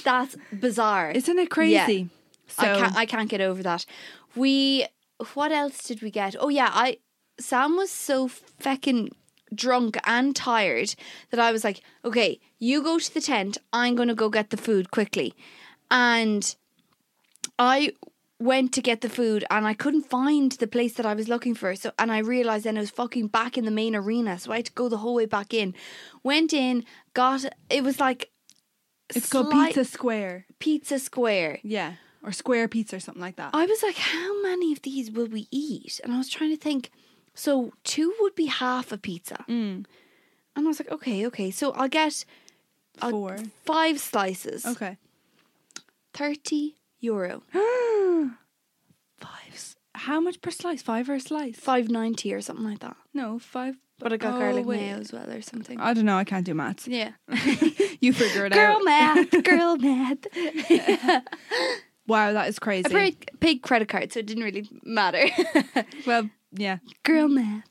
[SPEAKER 3] That's bizarre.
[SPEAKER 2] Isn't it crazy? So,
[SPEAKER 3] I can't I can't get over that. We what else did we get? Oh yeah, I Sam was so feckin' drunk and tired that I was like, Okay, you go to the tent, I'm gonna go get the food quickly. And I went to get the food and I couldn't find the place that I was looking for. So and I realized then it was fucking back in the main arena. So I had to go the whole way back in. Went in, got it was like
[SPEAKER 2] It's called
[SPEAKER 3] slight-
[SPEAKER 2] Pizza Square.
[SPEAKER 3] Pizza Square.
[SPEAKER 2] Yeah. Or Square Pizza or something like that.
[SPEAKER 3] I was like, how many of these will we eat? And I was trying to think. So two would be half a pizza.
[SPEAKER 2] Mm.
[SPEAKER 3] And I was like, okay, okay. So I'll get I'll-
[SPEAKER 2] Four.
[SPEAKER 3] five slices.
[SPEAKER 2] Okay.
[SPEAKER 3] 30 euro.
[SPEAKER 2] Five. How much per slice? Five or a slice?
[SPEAKER 3] 590 or something like that.
[SPEAKER 2] No, five.
[SPEAKER 3] But I got
[SPEAKER 2] Oh,
[SPEAKER 3] garlic
[SPEAKER 2] wait. Oh,
[SPEAKER 3] mayo as well or something.
[SPEAKER 2] I don't know. I can't do maths.
[SPEAKER 3] yeah.
[SPEAKER 2] You figure it
[SPEAKER 3] Girl
[SPEAKER 2] out.
[SPEAKER 3] math. Girl math.
[SPEAKER 2] Wow, that is crazy.
[SPEAKER 3] I paid, paid credit card, so it didn't really matter.
[SPEAKER 2] well, yeah.
[SPEAKER 3] girl math.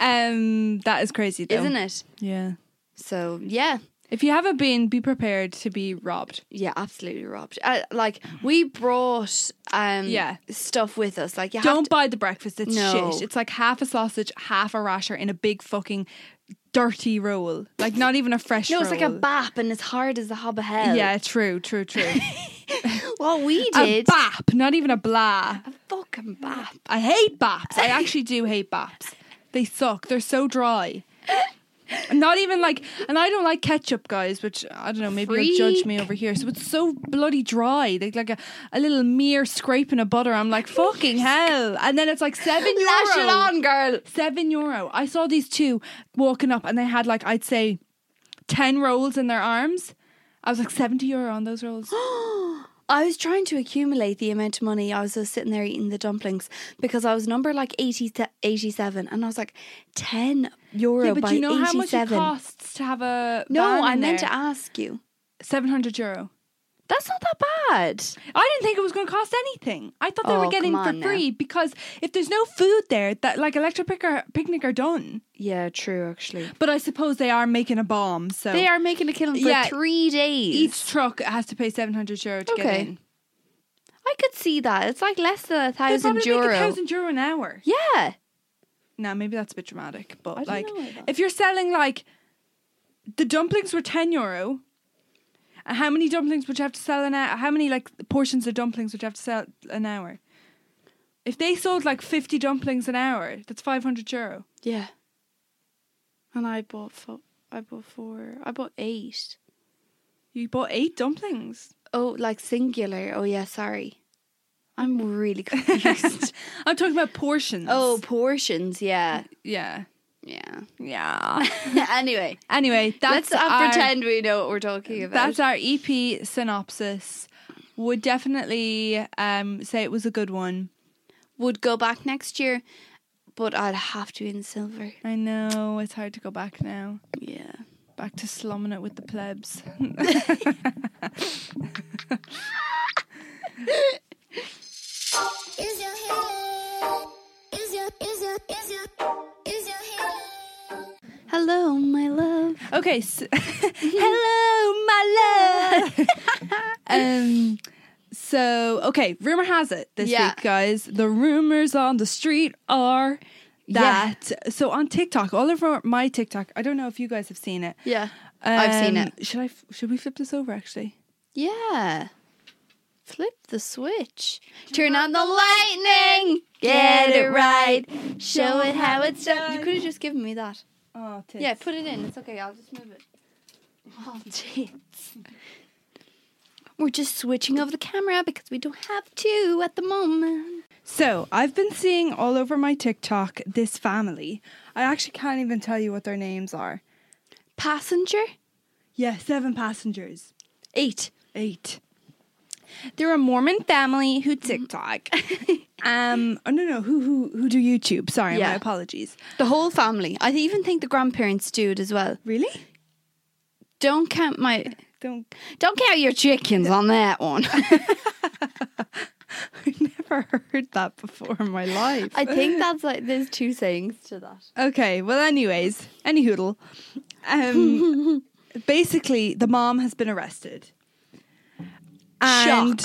[SPEAKER 2] Um, that is crazy, though.
[SPEAKER 3] Isn't it?
[SPEAKER 2] Yeah.
[SPEAKER 3] So, yeah.
[SPEAKER 2] If you haven't been, be prepared to be robbed.
[SPEAKER 3] Yeah, absolutely robbed. Uh, like we brought um
[SPEAKER 2] Yeah.
[SPEAKER 3] stuff with us. Like you have
[SPEAKER 2] Don't
[SPEAKER 3] to,
[SPEAKER 2] buy the breakfast. It's
[SPEAKER 3] No.
[SPEAKER 2] shit. It's like half a sausage, half a rasher in a big fucking dirty roll. Like not even a fresh.
[SPEAKER 3] no, it's like a
[SPEAKER 2] roll.
[SPEAKER 3] bap and it's hard as the hob of hell.
[SPEAKER 2] Yeah, true, true, true.
[SPEAKER 3] What we
[SPEAKER 2] a
[SPEAKER 3] did
[SPEAKER 2] bap, not even a blah.
[SPEAKER 3] a fucking bap.
[SPEAKER 2] I hate baps. I actually do hate baps. They suck. They're so dry. Not even like, and I don't like ketchup, guys. Which I don't know. Maybe you'll judge me over here. So it's so bloody dry. They like a, a little mere scraping of butter. I'm like fucking hell. And then it's like seven euro.
[SPEAKER 3] Lash it on, girl.
[SPEAKER 2] Seven euro. I saw these two walking up, and they had like I'd say ten rolls in their arms. I was like seventy euro on those rolls.
[SPEAKER 3] I was trying to accumulate the amount of money I was just sitting there eating the dumplings because I was number like 80, 87 and I was like 10 euro
[SPEAKER 2] yeah, but
[SPEAKER 3] by
[SPEAKER 2] you know
[SPEAKER 3] 87.
[SPEAKER 2] how much it costs to have a
[SPEAKER 3] no,
[SPEAKER 2] van
[SPEAKER 3] I
[SPEAKER 2] in
[SPEAKER 3] meant
[SPEAKER 2] there?
[SPEAKER 3] to ask you.
[SPEAKER 2] 700 euro.
[SPEAKER 3] That's not that bad.
[SPEAKER 2] I didn't think it was going to cost anything. I thought they
[SPEAKER 3] Oh,
[SPEAKER 2] were getting
[SPEAKER 3] come
[SPEAKER 2] for
[SPEAKER 3] on now.
[SPEAKER 2] free because if there's no food there, that like electric pic- are- picnic are done.
[SPEAKER 3] Yeah, true actually.
[SPEAKER 2] But I suppose they are making a bomb. So
[SPEAKER 3] They are making a killing for
[SPEAKER 2] Yeah.
[SPEAKER 3] 3 days.
[SPEAKER 2] each truck has to pay 700 euro to get
[SPEAKER 3] Okay.
[SPEAKER 2] in.
[SPEAKER 3] I could see that. It's like less than a
[SPEAKER 2] They
[SPEAKER 3] thousand
[SPEAKER 2] probably
[SPEAKER 3] euro.
[SPEAKER 2] make a thousand euro an hour.
[SPEAKER 3] yeah.
[SPEAKER 2] Now maybe that's a bit dramatic, but
[SPEAKER 3] don't
[SPEAKER 2] like
[SPEAKER 3] know about that.
[SPEAKER 2] if you're selling like the dumplings were 10 euro. and How many dumplings would you have to sell an hour? How many like portions of dumplings would you have to sell an hour? If they sold like 50 dumplings an hour, that's 500 euro.
[SPEAKER 3] Yeah. And I bought four. I bought four. I bought eight.
[SPEAKER 2] You bought eight dumplings.
[SPEAKER 3] Oh, like singular. Oh yeah, sorry. I'm really confused.
[SPEAKER 2] I'm talking about portions.
[SPEAKER 3] oh, portions. Yeah,
[SPEAKER 2] yeah,
[SPEAKER 3] yeah.
[SPEAKER 2] yeah.
[SPEAKER 3] anyway,
[SPEAKER 2] anyway, that's
[SPEAKER 3] let's not
[SPEAKER 2] our,
[SPEAKER 3] pretend we know what we're talking about.
[SPEAKER 2] That's our EP synopsis. Would definitely um, say it was a good one.
[SPEAKER 3] Would go back next year, but I'd have to in silver.
[SPEAKER 2] I know it's hard to go back now,
[SPEAKER 3] Yeah.
[SPEAKER 2] back to slumming it with the plebs.
[SPEAKER 1] Is your head? Is your is your
[SPEAKER 2] Okay. So, hello, my love. um. So okay, rumor has it this
[SPEAKER 3] Yeah.
[SPEAKER 2] week, guys. The rumors on the street are
[SPEAKER 3] Yeah.
[SPEAKER 2] that so on TikTok, all of our, my TikTok. I don't know if you guys have seen it.
[SPEAKER 3] Yeah. I've seen
[SPEAKER 2] Um,
[SPEAKER 3] it.
[SPEAKER 2] Should I? f- Should we flip this over? Actually.
[SPEAKER 3] Yeah. Flip the switch. Turn on the lightning. Get it right. Show it how it's done. You could have just given me that.
[SPEAKER 2] Oh, tits.
[SPEAKER 3] Yeah, put it in. It's okay. I'll just move it. Oh, tits. We're just switching over the camera because we don't have two at the moment.
[SPEAKER 2] So I've been seeing all over my TikTok this family. I actually can't even tell you what their names are.
[SPEAKER 3] Passenger?
[SPEAKER 2] Yeah, seven passengers.
[SPEAKER 3] Eight.
[SPEAKER 2] Eight. They're a Mormon family who TikTok. um oh no no, who who who do YouTube. Sorry, my
[SPEAKER 3] Yeah.
[SPEAKER 2] apologies.
[SPEAKER 3] The whole family. I even think the grandparents do it as well.
[SPEAKER 2] Really?
[SPEAKER 3] Don't count my.
[SPEAKER 2] Don't
[SPEAKER 3] Don't count your chickens on that one.
[SPEAKER 2] I've never heard that before in my life.
[SPEAKER 3] I think that's like there's two sayings to that.
[SPEAKER 2] Okay, well, anyways, any hoodle. Um, basically, the mom has been arrested. And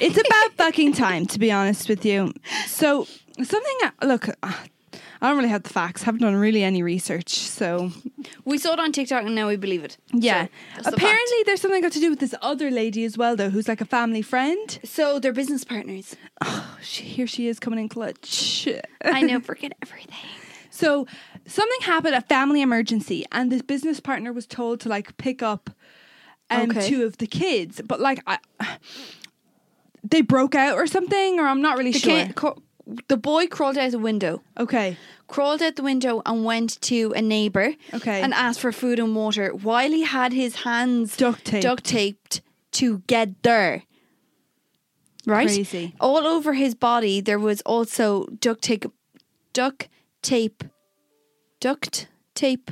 [SPEAKER 2] it's about fucking time, to be honest with you. So, something, look, uh, I don't really have the facts, haven't done really any research. So,
[SPEAKER 3] We saw it on TikTok and now we believe it.
[SPEAKER 2] yeah.
[SPEAKER 3] So, that's the
[SPEAKER 2] Apparently, there's something got to do with this other lady as well, though, who's like a family friend.
[SPEAKER 3] fact. So they're business partners.
[SPEAKER 2] Oh, she, here she is coming in clutch.
[SPEAKER 3] I know, forget everything.
[SPEAKER 2] So something happened, a family emergency, and this business partner was told to like pick up um,
[SPEAKER 3] Okay.
[SPEAKER 2] two of the kids, but like I, they broke out or something, or I'm not really
[SPEAKER 3] The,
[SPEAKER 2] sure.
[SPEAKER 3] kid- co- the boy crawled out the window,
[SPEAKER 2] okay,
[SPEAKER 3] crawled out the window and went to a neighbor
[SPEAKER 2] Okay.
[SPEAKER 3] and asked for food and water while he had his hands
[SPEAKER 2] duct tape.
[SPEAKER 3] duct taped together. Right?
[SPEAKER 2] Crazy.
[SPEAKER 3] All over his body, there was also duct tape, duct tape, duct tape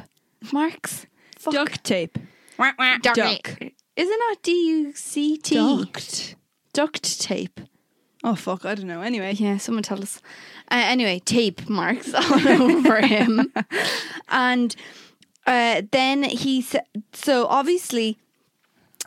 [SPEAKER 3] marks. Fuck.
[SPEAKER 2] Duct tape.
[SPEAKER 3] Duct.
[SPEAKER 2] Duck.
[SPEAKER 3] Isn't that D U C T?
[SPEAKER 2] Duct.
[SPEAKER 3] Duct tape.
[SPEAKER 2] Oh fuck, I don't know. Anyway,
[SPEAKER 3] Yeah, someone tell us. Uh, anyway, tape marks all over him, and uh, then he said. So obviously,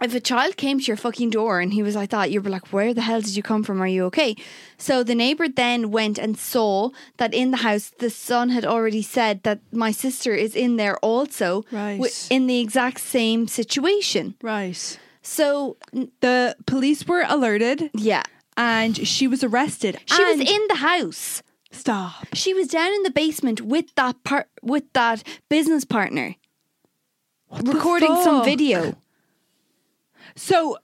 [SPEAKER 3] if a child came to your fucking door and he was like that, you were like, "Where the hell did you come from? Are you okay?" So the neighbor then went and saw that in the house, the son had already said that my sister is in there also, wi-
[SPEAKER 2] Right.
[SPEAKER 3] in the exact same situation.
[SPEAKER 2] right.
[SPEAKER 3] So n-
[SPEAKER 2] The police were alerted,
[SPEAKER 3] yeah,
[SPEAKER 2] and she was arrested.
[SPEAKER 3] she
[SPEAKER 2] and-
[SPEAKER 3] was in the house.
[SPEAKER 2] Stop.
[SPEAKER 3] She was down in the basement with that part with that business partner,
[SPEAKER 2] the
[SPEAKER 3] recording some
[SPEAKER 2] fuck?
[SPEAKER 3] video.
[SPEAKER 2] So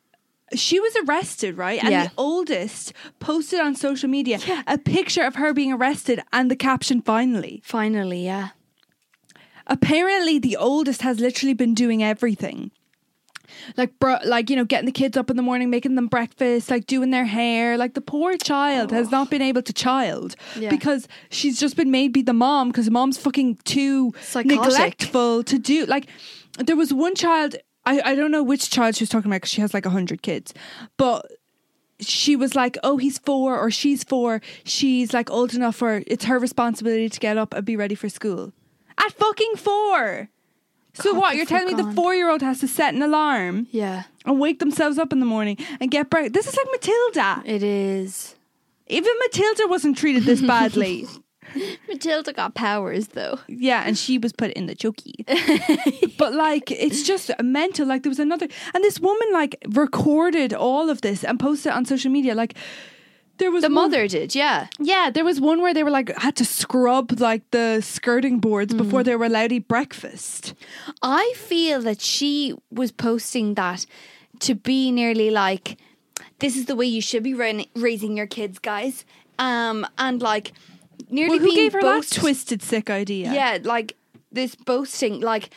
[SPEAKER 2] she was arrested, right? And
[SPEAKER 3] Yeah.
[SPEAKER 2] the oldest posted on social media a picture of her being arrested and the caption finally.
[SPEAKER 3] Finally, yeah,
[SPEAKER 2] Apparently the oldest has literally been doing everything. Like bro, like you know, getting the kids up in the morning, making them breakfast, like doing their hair. Like the poor child has not been able to child
[SPEAKER 3] Yeah.
[SPEAKER 2] because she's just been made be the mom because mom's fucking too
[SPEAKER 3] Psychotic.
[SPEAKER 2] neglectful to do. Like there was one child, I I don't know which child she was talking about because she has like a hundred kids, but she was like, "Oh, he's four or she's four. She's like old enough for it's her responsibility to get up and be ready for school." At fucking four. So
[SPEAKER 3] God,
[SPEAKER 2] what?
[SPEAKER 3] the
[SPEAKER 2] You're telling
[SPEAKER 3] fuck
[SPEAKER 2] me the
[SPEAKER 3] on.
[SPEAKER 2] four-year-old has to set an alarm
[SPEAKER 3] yeah,
[SPEAKER 2] and wake themselves up in the morning and get breakfast? This is like Matilda.
[SPEAKER 3] it is.
[SPEAKER 2] Even Matilda wasn't treated this badly.
[SPEAKER 3] Matilda got powers though.
[SPEAKER 2] yeah, and she was put in the chokey. but like, it's just mental. Like there was another, and this woman like recorded all of this and posted it on social media. Like there was
[SPEAKER 3] The
[SPEAKER 2] one-
[SPEAKER 3] mother did, yeah.
[SPEAKER 2] Yeah, there was one where they were like had to scrub like the skirting boards before they were allowed to eat breakfast.
[SPEAKER 3] I feel that she was posting that to be nearly like, this is the way you should be ran- raising your kids, guys. Um, and like, nearly
[SPEAKER 2] Well, who
[SPEAKER 3] being
[SPEAKER 2] gave her
[SPEAKER 3] boast-
[SPEAKER 2] that twisted sick idea?
[SPEAKER 3] yeah like this boasting like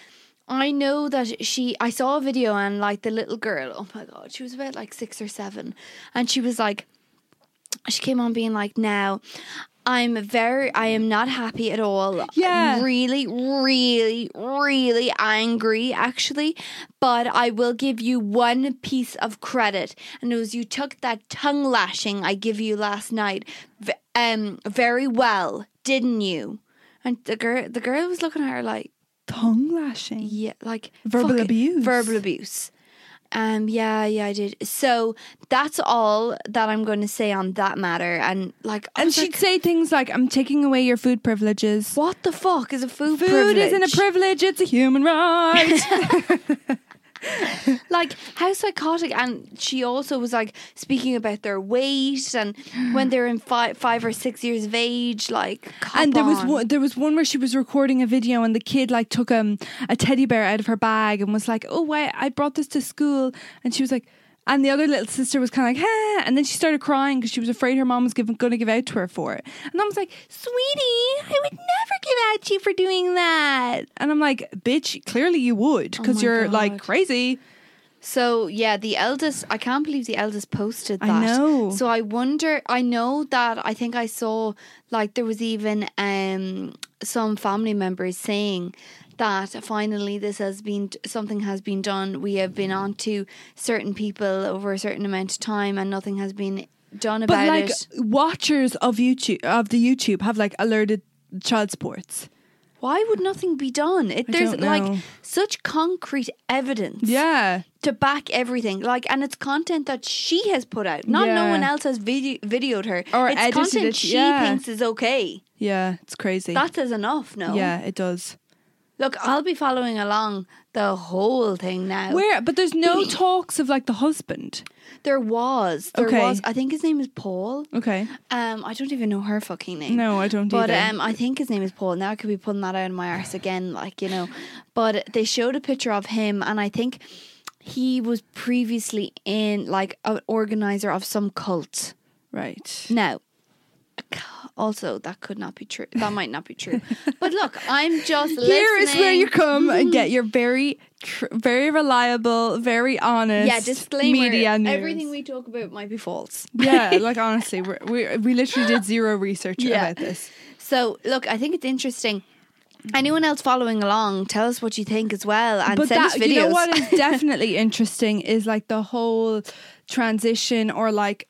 [SPEAKER 3] i know that she i saw a video and like the little girl oh my god she was about like six or seven and she was like she came on being like now i'm very i am not happy at all
[SPEAKER 2] Yeah.
[SPEAKER 3] really really really angry actually but i will give you one piece of credit and it was you took that tongue lashing i give you last night v- um very well didn't you and the girl the girl was looking at her like
[SPEAKER 2] tongue lashing.
[SPEAKER 3] Yeah, like
[SPEAKER 2] Verbal
[SPEAKER 3] fuck it,
[SPEAKER 2] abuse.
[SPEAKER 3] Verbal abuse. Um. Yeah. Yeah. I did. So that's all that I'm going to say on that matter. And like, I
[SPEAKER 2] And
[SPEAKER 3] was
[SPEAKER 2] she'd
[SPEAKER 3] like,
[SPEAKER 2] say things like, I'm taking away your food privileges.
[SPEAKER 3] "What the fuck is a food?
[SPEAKER 2] Food isn't a
[SPEAKER 3] privilege?
[SPEAKER 2] privilege, it's a human right.
[SPEAKER 3] like how psychotic and she also was like speaking about their weight and when they're in five five or six years of age like
[SPEAKER 2] and there was
[SPEAKER 3] on.
[SPEAKER 2] one, there was one where she was recording a video and the kid like took um, a teddy bear out of her bag and was like, "Oh, why I brought this to school," and she was like. And the other little sister was kind of like, "Huh," and then she started crying because she was afraid her mom was going to give out to her for it. And I was like, "Sweetie, I would never give out to you for doing that." And I'm like, "Bitch, clearly you would because
[SPEAKER 3] Oh my
[SPEAKER 2] you're
[SPEAKER 3] God.
[SPEAKER 2] like crazy."
[SPEAKER 3] so yeah the eldest I can't believe the eldest posted
[SPEAKER 2] I
[SPEAKER 3] that
[SPEAKER 2] know.
[SPEAKER 3] so I wonder I know that I think I saw like there was even um some family members saying that finally this has been something has been done we have been on to certain people over a certain amount of time and nothing has been done
[SPEAKER 2] But
[SPEAKER 3] about
[SPEAKER 2] like
[SPEAKER 3] it
[SPEAKER 2] watchers of YouTube of the YouTube have like alerted child supports.
[SPEAKER 3] Why would nothing be done? It,
[SPEAKER 2] I
[SPEAKER 3] there's
[SPEAKER 2] don't
[SPEAKER 3] like
[SPEAKER 2] know.
[SPEAKER 3] such concrete evidence
[SPEAKER 2] Yeah.
[SPEAKER 3] to back everything. Like, and it's content that she has put out. Not no
[SPEAKER 2] Yeah.
[SPEAKER 3] one else has video- videoed her.
[SPEAKER 2] Or
[SPEAKER 3] it's
[SPEAKER 2] edited
[SPEAKER 3] content
[SPEAKER 2] it,
[SPEAKER 3] she
[SPEAKER 2] yeah.
[SPEAKER 3] thinks is okay.
[SPEAKER 2] Yeah, it's crazy.
[SPEAKER 3] That says enough. No.
[SPEAKER 2] Yeah, it does.
[SPEAKER 3] Look, I'll be following along the whole thing now.
[SPEAKER 2] Where? But there's no talks of like the husband.
[SPEAKER 3] there was, there
[SPEAKER 2] Okay.
[SPEAKER 3] was. I think his name is Paul.
[SPEAKER 2] Okay.
[SPEAKER 3] Um, I don't even know her fucking name.
[SPEAKER 2] No, I don't
[SPEAKER 3] But
[SPEAKER 2] either.
[SPEAKER 3] um, I think his name is Paul. Now I could be pulling that out of my arse again, like you know. But they showed a picture of him, and I think he was previously in like an organizer of some cult.
[SPEAKER 2] right.
[SPEAKER 3] Now, also that could not be true. That might not be true. but look, I'm just
[SPEAKER 2] Here is where you
[SPEAKER 3] listening.
[SPEAKER 2] come and get your very, tr- very reliable, very honest.
[SPEAKER 3] Yeah, disclaimer.
[SPEAKER 2] Media news.
[SPEAKER 3] Everything we talk about might be false.
[SPEAKER 2] yeah, like honestly, we're, we we literally did zero research
[SPEAKER 3] Yeah.
[SPEAKER 2] about this.
[SPEAKER 3] So look, I think it's interesting. Anyone else following along, tell us what you think as well, and send us videos.
[SPEAKER 2] you know what is definitely interesting is like the whole transition or like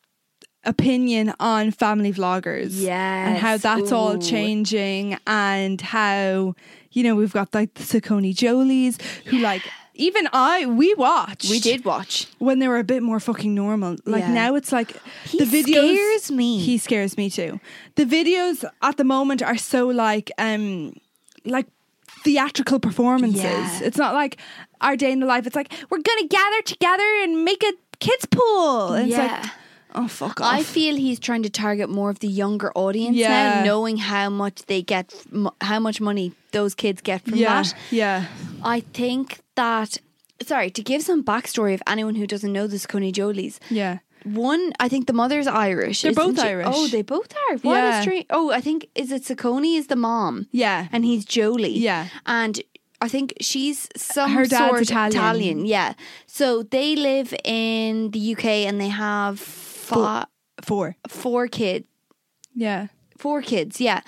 [SPEAKER 2] opinion on family vloggers. And how
[SPEAKER 3] Yes.
[SPEAKER 2] that's all
[SPEAKER 3] Ooh.
[SPEAKER 2] changing and how, you know, we've got like the Siccone Jolies who like even I we watched
[SPEAKER 3] we did watch.
[SPEAKER 2] when they were a bit more fucking normal. Like
[SPEAKER 3] Yeah.
[SPEAKER 2] now it's like
[SPEAKER 3] He
[SPEAKER 2] the videos
[SPEAKER 3] scares me.
[SPEAKER 2] He scares me too. The videos at the moment are so like um like theatrical performances.
[SPEAKER 3] Yeah.
[SPEAKER 2] It's not like our day in the life. It's like we're gonna gather together and make a kids pool. And It's
[SPEAKER 3] Yeah.
[SPEAKER 2] like oh fuck off.
[SPEAKER 3] I feel he's trying to target more of the younger audience now,
[SPEAKER 2] Yeah.
[SPEAKER 3] knowing how much they get, m- how much money those kids get from
[SPEAKER 2] yeah,
[SPEAKER 3] that.
[SPEAKER 2] yeah.
[SPEAKER 3] I think that. Sorry, to give some backstory of anyone who doesn't know this Coney Jolie's.
[SPEAKER 2] Yeah.
[SPEAKER 3] One, I think the mother's Irish.
[SPEAKER 2] They're both
[SPEAKER 3] isn't she?
[SPEAKER 2] Irish.
[SPEAKER 3] Oh, they both are. What
[SPEAKER 2] Yeah.
[SPEAKER 3] a strange. Oh, I think is it Saccone is the mom.
[SPEAKER 2] Yeah.
[SPEAKER 3] and he's Jolie.
[SPEAKER 2] Yeah.
[SPEAKER 3] and I think she's some
[SPEAKER 2] Her dad's
[SPEAKER 3] sort
[SPEAKER 2] Italian.
[SPEAKER 3] Italian. Yeah, so they live in the UK and they have fi-
[SPEAKER 2] Four.
[SPEAKER 3] four kids
[SPEAKER 2] Yeah.
[SPEAKER 3] four kids, yeah.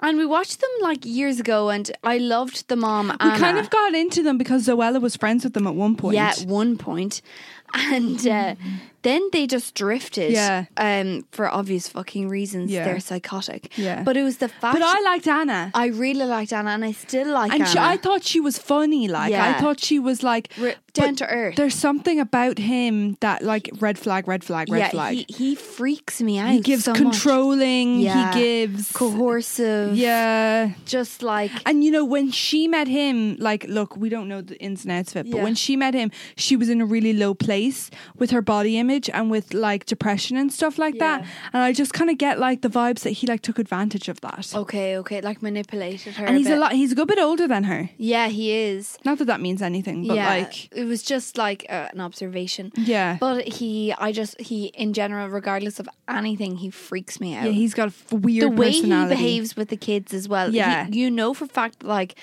[SPEAKER 3] And we watched them like years ago, and I loved the mom.
[SPEAKER 2] We
[SPEAKER 3] Anna.
[SPEAKER 2] kind of got into them because Zoella was friends with them at one point.
[SPEAKER 3] yeah, at one point, and uh, then they just drifted.
[SPEAKER 2] Yeah.
[SPEAKER 3] um, for obvious fucking reasons,
[SPEAKER 2] Yeah.
[SPEAKER 3] they're psychotic.
[SPEAKER 2] Yeah.
[SPEAKER 3] but it was the fact.
[SPEAKER 2] But I liked Anna.
[SPEAKER 3] I really liked Anna, and I still like
[SPEAKER 2] And
[SPEAKER 3] Anna.
[SPEAKER 2] she, I thought she was funny. Like
[SPEAKER 3] Yeah.
[SPEAKER 2] I thought she was like
[SPEAKER 3] Re-
[SPEAKER 2] but
[SPEAKER 3] down to earth.
[SPEAKER 2] There's something about him that like red flag, red flag, red
[SPEAKER 3] yeah,
[SPEAKER 2] flag.
[SPEAKER 3] he he freaks me out.
[SPEAKER 2] He gives
[SPEAKER 3] so much.
[SPEAKER 2] controlling.
[SPEAKER 3] Yeah.
[SPEAKER 2] He gives
[SPEAKER 3] coercive.
[SPEAKER 2] yeah.
[SPEAKER 3] just like
[SPEAKER 2] And you know when she met him, like, look, we don't know the ins and outs of it, but
[SPEAKER 3] Yeah.
[SPEAKER 2] when she met him, she was in a really low place with her body image and with like depression and stuff like that.
[SPEAKER 3] Yeah.
[SPEAKER 2] And I just kind of get like the vibes that he like took advantage of that.
[SPEAKER 3] okay, okay, like manipulated her.
[SPEAKER 2] and he's
[SPEAKER 3] bit.
[SPEAKER 2] a lot. He's a good bit older than her.
[SPEAKER 3] Yeah, he is.
[SPEAKER 2] Not that that means anything, but
[SPEAKER 3] yeah,
[SPEAKER 2] like,
[SPEAKER 3] it was just like uh, an observation.
[SPEAKER 2] yeah.
[SPEAKER 3] But he, I just, he, in general, regardless of anything, he freaks me out.
[SPEAKER 2] Yeah, he's got a f-
[SPEAKER 3] the
[SPEAKER 2] weird
[SPEAKER 3] way he
[SPEAKER 2] personality.
[SPEAKER 3] behaves with the kids as well. He-
[SPEAKER 2] Yeah.
[SPEAKER 3] you know for a fact, like,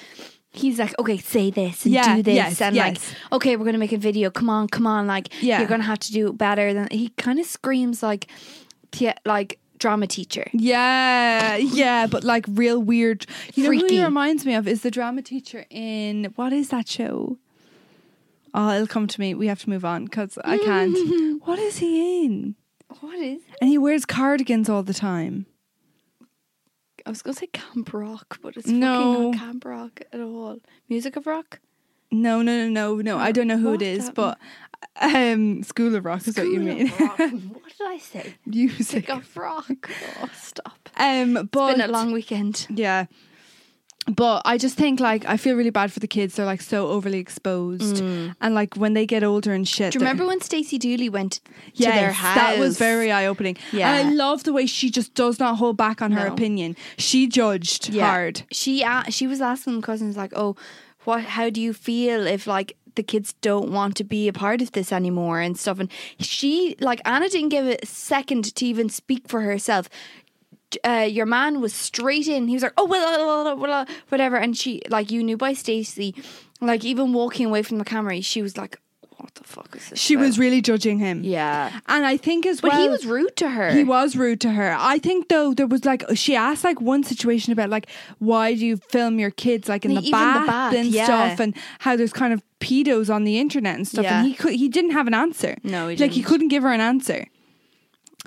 [SPEAKER 3] he's like, okay, say this and
[SPEAKER 2] Yeah,
[SPEAKER 3] do this.
[SPEAKER 2] yes,
[SPEAKER 3] and
[SPEAKER 2] yes.
[SPEAKER 3] like, okay, we're going to make a video. Come on, come on. Like,
[SPEAKER 2] Yeah.
[SPEAKER 3] you're going to have to do better. Than He kind of screams like, the- like, drama teacher.
[SPEAKER 2] Yeah, yeah, but like real weird. You know who
[SPEAKER 3] Freaky.
[SPEAKER 2] he reminds me of is the drama teacher in what is that show? Oh, it'll come to me. We have to move on because I can't. what is he in?
[SPEAKER 3] What is
[SPEAKER 2] And he wears cardigans all the time.
[SPEAKER 3] I was gonna say camp rock, but it's
[SPEAKER 2] No.
[SPEAKER 3] fucking not camp rock at all. Music of rock.
[SPEAKER 2] No, no, no, no, no. I don't know who
[SPEAKER 3] What
[SPEAKER 2] it is,
[SPEAKER 3] that-
[SPEAKER 2] but um, School of Rock is what you
[SPEAKER 3] School of
[SPEAKER 2] mean.
[SPEAKER 3] Rock. what did I say?
[SPEAKER 2] Music.
[SPEAKER 3] Music of rock. Oh, stop.
[SPEAKER 2] Um, but
[SPEAKER 3] It's been a long weekend.
[SPEAKER 2] yeah. But I just think like I feel really bad for the kids. They're like so overly exposed, and like when they get older and shit.
[SPEAKER 3] Mm. Do you
[SPEAKER 2] they're-
[SPEAKER 3] remember when Stacey Dooley went to
[SPEAKER 2] Yes,
[SPEAKER 3] their house?
[SPEAKER 2] that was very eye opening.
[SPEAKER 3] Yeah.
[SPEAKER 2] and I love the way she just does not hold back on her
[SPEAKER 3] No.
[SPEAKER 2] opinion. She judged
[SPEAKER 3] Yeah.
[SPEAKER 2] hard.
[SPEAKER 3] She uh, she was asking the cousins like, "Oh, what? How do you feel if like the kids don't want to be a part of this anymore and stuff?" And she like Anna didn't give a second to even speak for herself. J- Uh, your man was straight in. He was like, "Oh well, uh, well, uh, whatever," and she like you knew by Stacey, like even walking away from the camera, she was like, "What the fuck is this?"
[SPEAKER 2] She
[SPEAKER 3] about?"
[SPEAKER 2] was really judging him.
[SPEAKER 3] yeah,
[SPEAKER 2] and I think as
[SPEAKER 3] but
[SPEAKER 2] well.
[SPEAKER 3] he was rude to her.
[SPEAKER 2] He was rude to her. I think though there was like she asked like one situation about like why do you film your kids like in the,
[SPEAKER 3] Even the
[SPEAKER 2] bath,
[SPEAKER 3] bath,
[SPEAKER 2] and
[SPEAKER 3] yeah.
[SPEAKER 2] stuff and how there's kind of pedos on the internet and stuff
[SPEAKER 3] Yeah.
[SPEAKER 2] and he could he didn't have an answer.
[SPEAKER 3] No, he
[SPEAKER 2] like he
[SPEAKER 3] didn't.
[SPEAKER 2] couldn't give her an answer.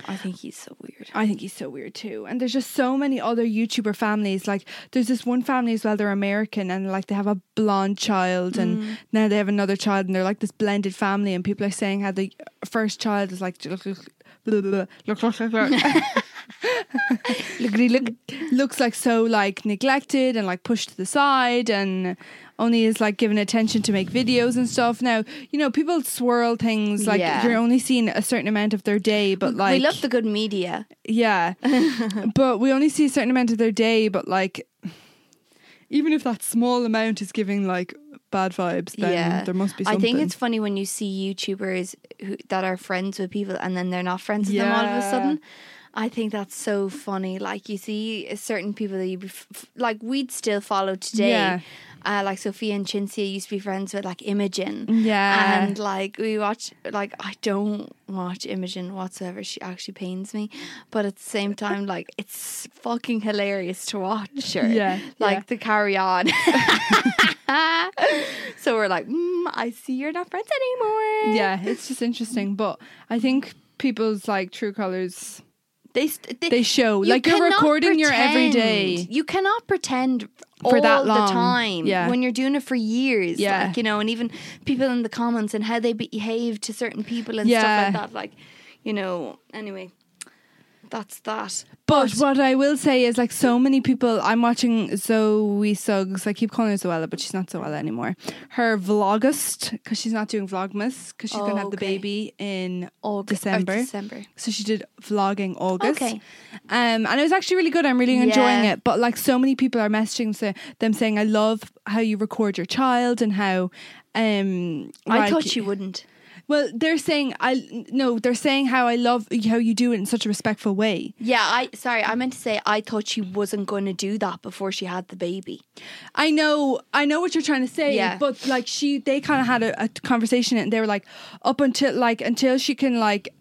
[SPEAKER 3] I think he's so weird.
[SPEAKER 2] I think he's so weird too. And there's just so many other YouTuber families. Like there's this one family as well, they're American and like they have a blonde child
[SPEAKER 3] Mm.
[SPEAKER 2] and now they have another child and they're like this blended family and people are saying how the first child is like look look look look look look look, look, look, looks like so like neglected and like pushed to the side and only is like given attention to make videos and stuff. Now, you know, people swirl things like
[SPEAKER 3] Yeah.
[SPEAKER 2] you're only seeing a certain amount of their day, but like
[SPEAKER 3] we love the good media.
[SPEAKER 2] yeah. but we only see a certain amount of their day, but like even if that small amount is giving like bad vibes, then there must be something.
[SPEAKER 3] I think it's funny when you see YouTubers who, that are friends with people and then they're not friends with them all of a
[SPEAKER 2] Yeah.
[SPEAKER 3] sudden. I think that's so funny. Like you see certain people that you be f- f- like we'd still follow today.
[SPEAKER 2] Yeah.
[SPEAKER 3] Uh, like Sophia and Chinsia used to be friends with like Imogen.
[SPEAKER 2] Mm-hmm. Yeah.
[SPEAKER 3] And like we watch like I don't watch Imogen whatsoever. She actually pains me. But at the same time, like it's fucking hilarious to watch her.
[SPEAKER 2] Yeah,
[SPEAKER 3] Like
[SPEAKER 2] yeah.
[SPEAKER 3] the carry on. so we're like, mm, I see you're not friends anymore.
[SPEAKER 2] yeah, it's just interesting. But I think people's like true colors
[SPEAKER 3] they st- they,
[SPEAKER 2] they show
[SPEAKER 3] you
[SPEAKER 2] like you're
[SPEAKER 3] cannot
[SPEAKER 2] recording your
[SPEAKER 3] pretend.
[SPEAKER 2] everyday.
[SPEAKER 3] You cannot pretend
[SPEAKER 2] For
[SPEAKER 3] all
[SPEAKER 2] that
[SPEAKER 3] the
[SPEAKER 2] long.
[SPEAKER 3] time.
[SPEAKER 2] Yeah.
[SPEAKER 3] when you're doing it for years.
[SPEAKER 2] Yeah.
[SPEAKER 3] like, you know, and even people in the comments and how they behave to certain people and
[SPEAKER 2] Yeah.
[SPEAKER 3] stuff like that. Like, you know, anyway, that's that.
[SPEAKER 2] But what I will say is, like, so many people, I'm watching Zoe Suggs. I keep calling her Zoella, but she's not Zoella anymore. Her vlogist, because she's not doing Vlogmas, because she's going to have the
[SPEAKER 3] Okay.
[SPEAKER 2] baby in
[SPEAKER 3] Aug- or
[SPEAKER 2] December.
[SPEAKER 3] December.
[SPEAKER 2] So she did vlogging August.
[SPEAKER 3] Okay.
[SPEAKER 2] Um, and it was actually really good. I'm really enjoying
[SPEAKER 3] Yeah.
[SPEAKER 2] it. But like so many people are messaging sa- them saying, I love how you record your child and how. Um,
[SPEAKER 3] I
[SPEAKER 2] like-
[SPEAKER 3] thought you wouldn't.
[SPEAKER 2] Well, they're saying I no. They're saying how I love how you do it in such a respectful way.
[SPEAKER 3] Yeah, I sorry, I meant to say I thought she wasn't going to do that before she had the baby.
[SPEAKER 2] I know, I know what you're trying to say,
[SPEAKER 3] Yeah.
[SPEAKER 2] but like she, they kind of had a, a conversation, and they were like, up until like until she can like,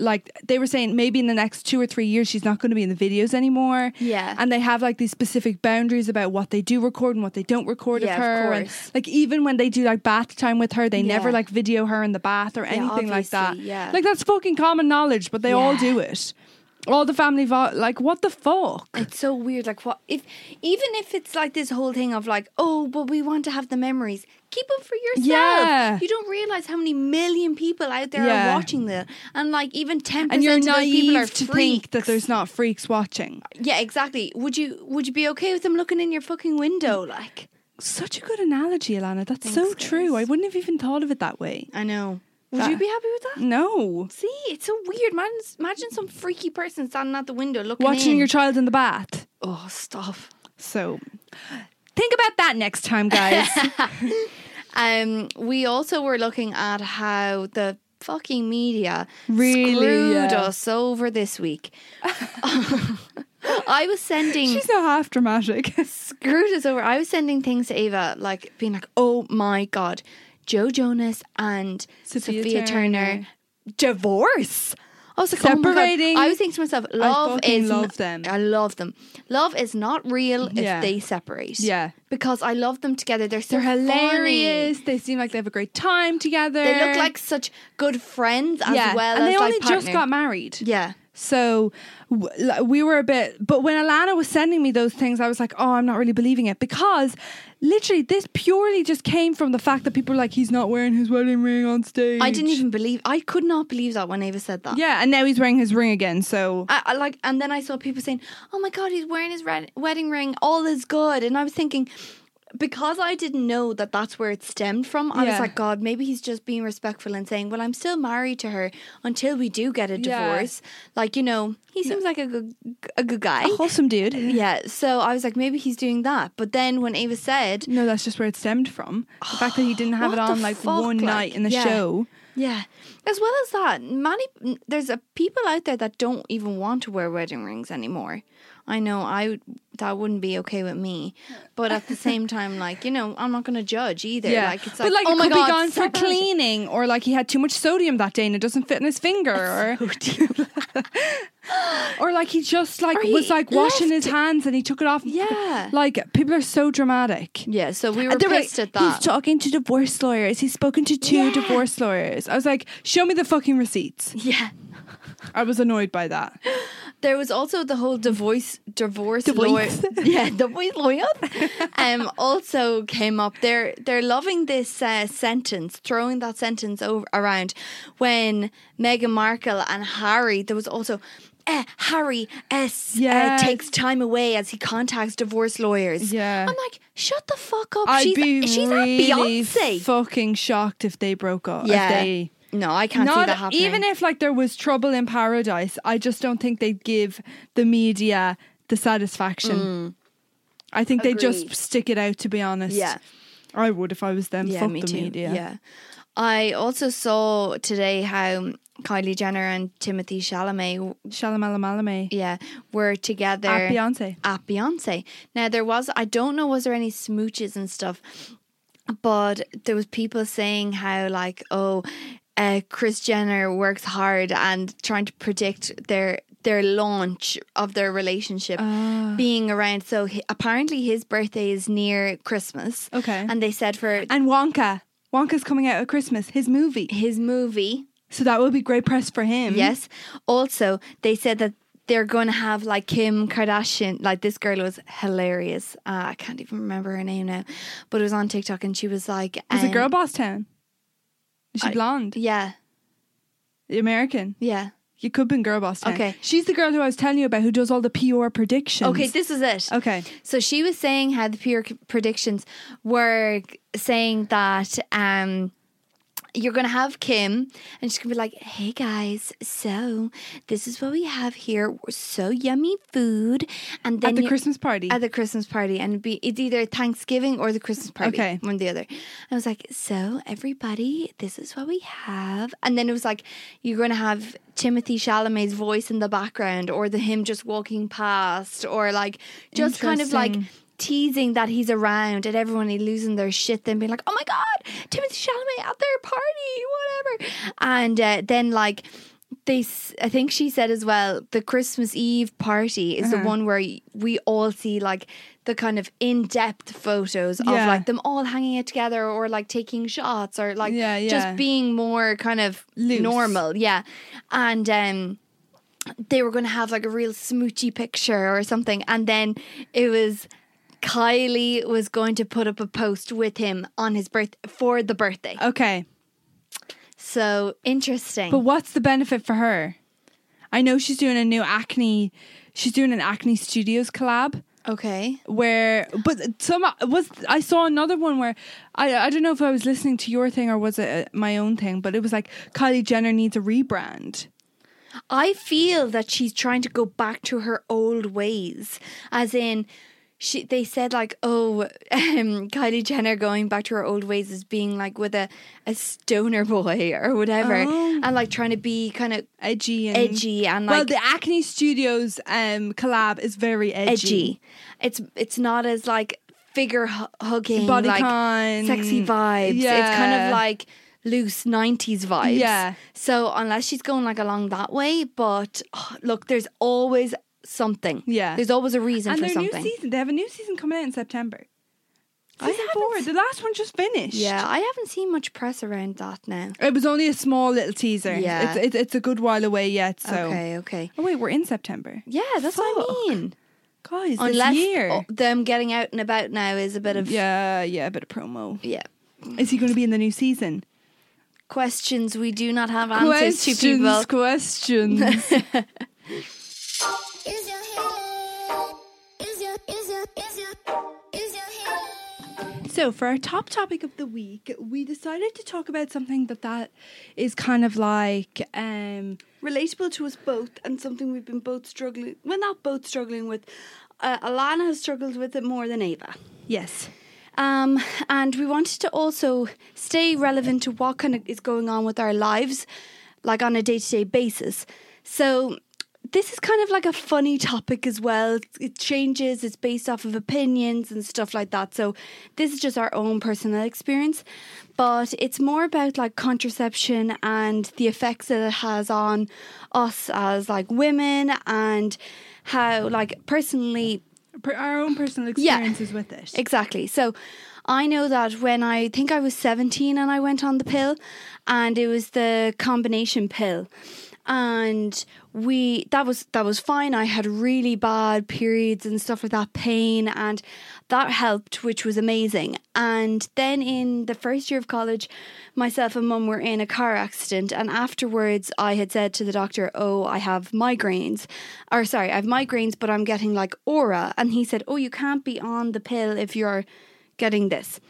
[SPEAKER 2] like they were saying maybe in the next two or three years she's not going to be in the videos anymore.
[SPEAKER 3] Yeah.
[SPEAKER 2] and they have like these specific boundaries about what they do record and what they don't record
[SPEAKER 3] Yeah,
[SPEAKER 2] of
[SPEAKER 3] of
[SPEAKER 2] her, and
[SPEAKER 3] course.
[SPEAKER 2] like even when they do like bath time with her, they never
[SPEAKER 3] Yeah.
[SPEAKER 2] like video her in the bath or anything like that.
[SPEAKER 3] obviously, yeah.
[SPEAKER 2] like that's fucking common knowledge, but they all
[SPEAKER 3] Yeah.
[SPEAKER 2] do it. All the family, vo- like what the fuck?
[SPEAKER 3] It's so weird. Like what if even if it's like this whole thing of like, oh, but we want to have the memories. Keep them for yourself.
[SPEAKER 2] Yeah.
[SPEAKER 3] You don't realize how many million people out there
[SPEAKER 2] Yeah.
[SPEAKER 3] are watching that, and like even ten
[SPEAKER 2] and
[SPEAKER 3] percent
[SPEAKER 2] you're
[SPEAKER 3] of those people are
[SPEAKER 2] naive to
[SPEAKER 3] freaks.
[SPEAKER 2] think that there's not freaks watching.
[SPEAKER 3] yeah, exactly. Would you would you be okay with them looking in your fucking window? Like
[SPEAKER 2] Such a good analogy, Alana. That's so
[SPEAKER 3] Thanks,
[SPEAKER 2] true.
[SPEAKER 3] guys.
[SPEAKER 2] I wouldn't have even thought of it that way.
[SPEAKER 3] I know. Would
[SPEAKER 2] That-
[SPEAKER 3] you be happy with that?
[SPEAKER 2] No.
[SPEAKER 3] See, it's so weird. Imagine, imagine some freaky person standing at the window looking
[SPEAKER 2] Watching
[SPEAKER 3] in.
[SPEAKER 2] your child in the bath.
[SPEAKER 3] oh, stop.
[SPEAKER 2] So think about that next time, guys.
[SPEAKER 3] Um, we also were looking at how the fucking media
[SPEAKER 2] Really,
[SPEAKER 3] screwed
[SPEAKER 2] yeah.
[SPEAKER 3] us over this week. I was sending
[SPEAKER 2] She's not half dramatic.
[SPEAKER 3] screwed us over. I was sending things to Ava, like being like, "Oh my god, Joe Jonas and
[SPEAKER 2] Sophia
[SPEAKER 3] Sophia, Turner.
[SPEAKER 2] Turner.
[SPEAKER 3] divorce." I was like, "Oh my God."
[SPEAKER 2] Separating.
[SPEAKER 3] I was thinking to myself, "Love
[SPEAKER 2] fucking
[SPEAKER 3] is
[SPEAKER 2] love them.
[SPEAKER 3] I love them. Love is not real
[SPEAKER 2] Yeah.
[SPEAKER 3] if they separate.
[SPEAKER 2] Yeah.
[SPEAKER 3] because I love them together. They're so
[SPEAKER 2] They're
[SPEAKER 3] funny.
[SPEAKER 2] hilarious. They seem like they have a great time together.
[SPEAKER 3] They look like such good friends as well
[SPEAKER 2] and
[SPEAKER 3] as
[SPEAKER 2] they
[SPEAKER 3] like
[SPEAKER 2] only
[SPEAKER 3] partner.
[SPEAKER 2] just got married.
[SPEAKER 3] yeah.
[SPEAKER 2] So w- like, we were a bit, but when Alana was sending me those things, I was like, oh, I'm not really believing it because literally this purely just came from the fact that people were like, he's not wearing his wedding ring on stage.
[SPEAKER 3] I didn't even believe. I could not believe that when Ava said that.
[SPEAKER 2] Yeah, and now he's wearing his ring again. So
[SPEAKER 3] I, I like, and then I saw people saying, "Oh my god, he's wearing his red- wedding ring. All is good." And I was thinking, because I didn't know that that's where it stemmed from. I was
[SPEAKER 2] Yeah.
[SPEAKER 3] like, "God, maybe he's just being respectful and saying, well, I'm still married to her until we do get a
[SPEAKER 2] Yeah.
[SPEAKER 3] divorce.' Like, you know, he seems like a good, a good guy."
[SPEAKER 2] wholesome dude.
[SPEAKER 3] Yeah, so I was like, maybe he's doing that. But then when Ava said,
[SPEAKER 2] No, that's just where it stemmed from. The fact that he didn't have it
[SPEAKER 3] What the
[SPEAKER 2] on like
[SPEAKER 3] fuck,
[SPEAKER 2] one
[SPEAKER 3] like,
[SPEAKER 2] night in the
[SPEAKER 3] yeah.
[SPEAKER 2] show.
[SPEAKER 3] Yeah. As well as that, many there's a people out there that don't even want to wear wedding rings anymore. I know I would- that wouldn't be okay with me, but at the same time, like you know, I'm not going to judge either. Like it's like,
[SPEAKER 2] but like
[SPEAKER 3] oh
[SPEAKER 2] it
[SPEAKER 3] my
[SPEAKER 2] could
[SPEAKER 3] god,
[SPEAKER 2] be gone for
[SPEAKER 3] separate-
[SPEAKER 2] cleaning, or like he had too much sodium that day and it doesn't fit in his finger, or or like he just like
[SPEAKER 3] Or
[SPEAKER 2] was
[SPEAKER 3] he
[SPEAKER 2] like washing
[SPEAKER 3] left
[SPEAKER 2] his hands and he took it off.
[SPEAKER 3] Yeah.
[SPEAKER 2] like people are so dramatic.
[SPEAKER 3] Yeah, so we were
[SPEAKER 2] They were like,
[SPEAKER 3] pissed at that.
[SPEAKER 2] He's talking to divorce lawyers. He's spoken to two
[SPEAKER 3] Yeah.
[SPEAKER 2] divorce lawyers. I was like, show me the fucking receipts.
[SPEAKER 3] yeah.
[SPEAKER 2] I was annoyed by that.
[SPEAKER 3] There was also the whole divorce divorce lawyer.
[SPEAKER 2] Divorce.
[SPEAKER 3] Yeah, divorce lawyer. um, also came up. They're they're loving this uh, sentence, throwing that sentence over, around when Meghan Markle and Harry. There was also. Eh, Harry S
[SPEAKER 2] Yes.
[SPEAKER 3] uh, takes time away as he contacts divorce lawyers.
[SPEAKER 2] Yeah.
[SPEAKER 3] I'm like, shut the fuck up.
[SPEAKER 2] I'd
[SPEAKER 3] she's
[SPEAKER 2] be
[SPEAKER 3] she's
[SPEAKER 2] really
[SPEAKER 3] at Beyonce.
[SPEAKER 2] fucking shocked if they broke up.
[SPEAKER 3] Yeah.
[SPEAKER 2] If they,
[SPEAKER 3] no, I can't see
[SPEAKER 2] Not
[SPEAKER 3] that happening.
[SPEAKER 2] even if like there was trouble in paradise, I just don't think they'd give the media the satisfaction. I think they just
[SPEAKER 3] Mm. Agreed.
[SPEAKER 2] stick it out. To be honest,
[SPEAKER 3] Yeah.
[SPEAKER 2] I would if I was them. Fuck the media.
[SPEAKER 3] Yeah. I also saw today how Kylie Jenner and Timothy Chalamet,
[SPEAKER 2] Shalamalame.
[SPEAKER 3] yeah, were together
[SPEAKER 2] At Beyonce.
[SPEAKER 3] at Beyonce. Now there was I don't know was there any smooches and stuff, but there was people saying how like oh, uh, Chris Jenner works hard and trying to predict their their launch of their relationship
[SPEAKER 2] Ah.
[SPEAKER 3] being around. So he, apparently his birthday is near Christmas.
[SPEAKER 2] Okay.
[SPEAKER 3] and they said for.
[SPEAKER 2] And Wonka. Wonka's coming out at Christmas. His movie.
[SPEAKER 3] his movie
[SPEAKER 2] So that would be great press for him.
[SPEAKER 3] Yes. Also, they said that they're going to have like Kim Kardashian. Like this girl was hilarious. Uh, I can't even remember her name now, but it was on TikTok and she was like,
[SPEAKER 2] Was
[SPEAKER 3] um,
[SPEAKER 2] it Girl Boss Town? Is she
[SPEAKER 3] I-
[SPEAKER 2] blonde?
[SPEAKER 3] Yeah,
[SPEAKER 2] The American.
[SPEAKER 3] yeah.
[SPEAKER 2] You could have been Girl Boss Town.
[SPEAKER 3] Okay.
[SPEAKER 2] She's the girl who I was telling you about who does all the PR predictions.
[SPEAKER 3] Okay, this is it.
[SPEAKER 2] Okay.
[SPEAKER 3] So she was saying how the pure c- predictions were g- saying that um you're going to have Kim and she's going to be like, "Hey guys, so this is what we have here. We're so yummy food." And then
[SPEAKER 2] At the
[SPEAKER 3] you-
[SPEAKER 2] Christmas party.
[SPEAKER 3] At the Christmas party, and it'd be it's either Thanksgiving or the Christmas party.
[SPEAKER 2] Okay.
[SPEAKER 3] one or the other. I was like, so everybody, this is what we have, and then it was like, you're going to have Timothy Chalamet's voice in the background, or the him just walking past, or like just kind of like.
[SPEAKER 2] Interesting.
[SPEAKER 3] Teasing that he's around and everyone losing their shit, then being like, "Oh my god, Timothy Chalamet at their party, whatever," and uh, then like they s- i think she said as well the christmas eve party is
[SPEAKER 2] Uh-huh.
[SPEAKER 3] the one where y- we all see like the kind of in-depth photos
[SPEAKER 2] Yeah.
[SPEAKER 3] of like them all hanging out together or like taking shots or like
[SPEAKER 2] Yeah, yeah.
[SPEAKER 3] just being more kind of
[SPEAKER 2] Loose.
[SPEAKER 3] normal yeah and um they were going to have like a real smoochy picture or something and then it was Kylie was going to put up a post with him on his birth for the birthday.
[SPEAKER 2] Okay.
[SPEAKER 3] So interesting.
[SPEAKER 2] But what's the benefit for her? I know she's doing a new acne. She's doing an acne studios collab
[SPEAKER 3] okay.
[SPEAKER 2] where, but some was I saw another one where I I don't know if I was listening to your thing or was it uh, my own thing, but it was like Kylie Jenner needs a rebrand.
[SPEAKER 3] I feel that she's trying to go back to her old ways, as in. She, they said like oh um, Kylie Jenner going back to her old ways is being like with a, a stoner boy or whatever
[SPEAKER 2] Oh.
[SPEAKER 3] and like trying to be kind of
[SPEAKER 2] Edgy and
[SPEAKER 3] edgy and like
[SPEAKER 2] well, the Acne Studios um collab is very edgy.
[SPEAKER 3] edgy it's it's not as like figure hu- hugging
[SPEAKER 2] Body
[SPEAKER 3] like
[SPEAKER 2] con.
[SPEAKER 3] sexy vibes it's kind
[SPEAKER 2] Yeah.
[SPEAKER 3] of like loose 90s vibes
[SPEAKER 2] Yeah.
[SPEAKER 3] so unless she's going like along that way but oh, look there's always something
[SPEAKER 2] Yeah.
[SPEAKER 3] there's always a reason
[SPEAKER 2] And
[SPEAKER 3] for
[SPEAKER 2] their
[SPEAKER 3] something
[SPEAKER 2] new season, they have a new season coming out in September. Season
[SPEAKER 3] haven't
[SPEAKER 2] four.
[SPEAKER 3] s-
[SPEAKER 2] The last one just finished.
[SPEAKER 3] Yeah, I haven't seen much press around that now.
[SPEAKER 2] It was only a small little teaser.
[SPEAKER 3] Yeah.
[SPEAKER 2] It's, it's, it's a good while away yet, so.
[SPEAKER 3] Okay, okay.
[SPEAKER 2] Oh, wait, we're in September.
[SPEAKER 3] Yeah, that's what
[SPEAKER 2] Fuck.
[SPEAKER 3] I mean.
[SPEAKER 2] Guys,
[SPEAKER 3] Unless
[SPEAKER 2] this year.
[SPEAKER 3] uh, them getting out and about now is a bit of
[SPEAKER 2] Yeah, yeah, a bit of promo.
[SPEAKER 3] yeah.
[SPEAKER 2] Is he going to be in the new season?
[SPEAKER 3] questions we do not have answers to people.
[SPEAKER 2] questions.
[SPEAKER 1] Is your healing? Is your is your is your is your healing?
[SPEAKER 2] So, for our top topic of the week, we decided to talk about something that that is kind of like um
[SPEAKER 3] Relatable to us both and something we've been both struggling well not both struggling with. Uh, Alana has struggled with it more than Ava.
[SPEAKER 2] yes.
[SPEAKER 3] Um, and we wanted to also stay relevant to what kind of is going on with our lives, like on a day to day basis. So this is kind of like a funny topic as well. It changes, it's based off of opinions and stuff like that. So this is just our own personal experience. But it's more about like contraception and the effects that it has on us as like women and how like personally
[SPEAKER 2] Per- our own personal
[SPEAKER 3] Yeah.
[SPEAKER 2] experiences with it.
[SPEAKER 3] Exactly. So I know that when I think I was 17 and I went on the pill, and it was the combination pill. And we that was that was fine. I had really bad periods and stuff like that, pain, and that helped, which was amazing. And then in the first year of college, myself and mum were in a car accident, and afterwards I had said to the doctor, "Oh, I have migraines," or sorry, I have migraines, but I'm getting like aura, and he said, "Oh, you can't be on the pill if you're getting this."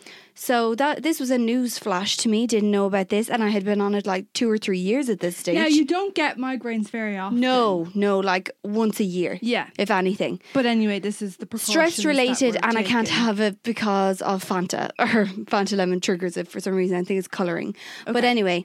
[SPEAKER 3] So that this was a news flash to me. Didn't know about this, and I had been on it like two or three years at this stage.
[SPEAKER 2] Now, you don't get migraines very often.
[SPEAKER 3] no, no, like once a year,
[SPEAKER 2] Yeah.
[SPEAKER 3] if anything
[SPEAKER 2] But anyway, this is the precautions
[SPEAKER 3] stress
[SPEAKER 2] that
[SPEAKER 3] related
[SPEAKER 2] we're
[SPEAKER 3] and I can't
[SPEAKER 2] taking.
[SPEAKER 3] have it because of Fanta or Fanta lemon triggers it for some reason. I think it's coloring. But anyway,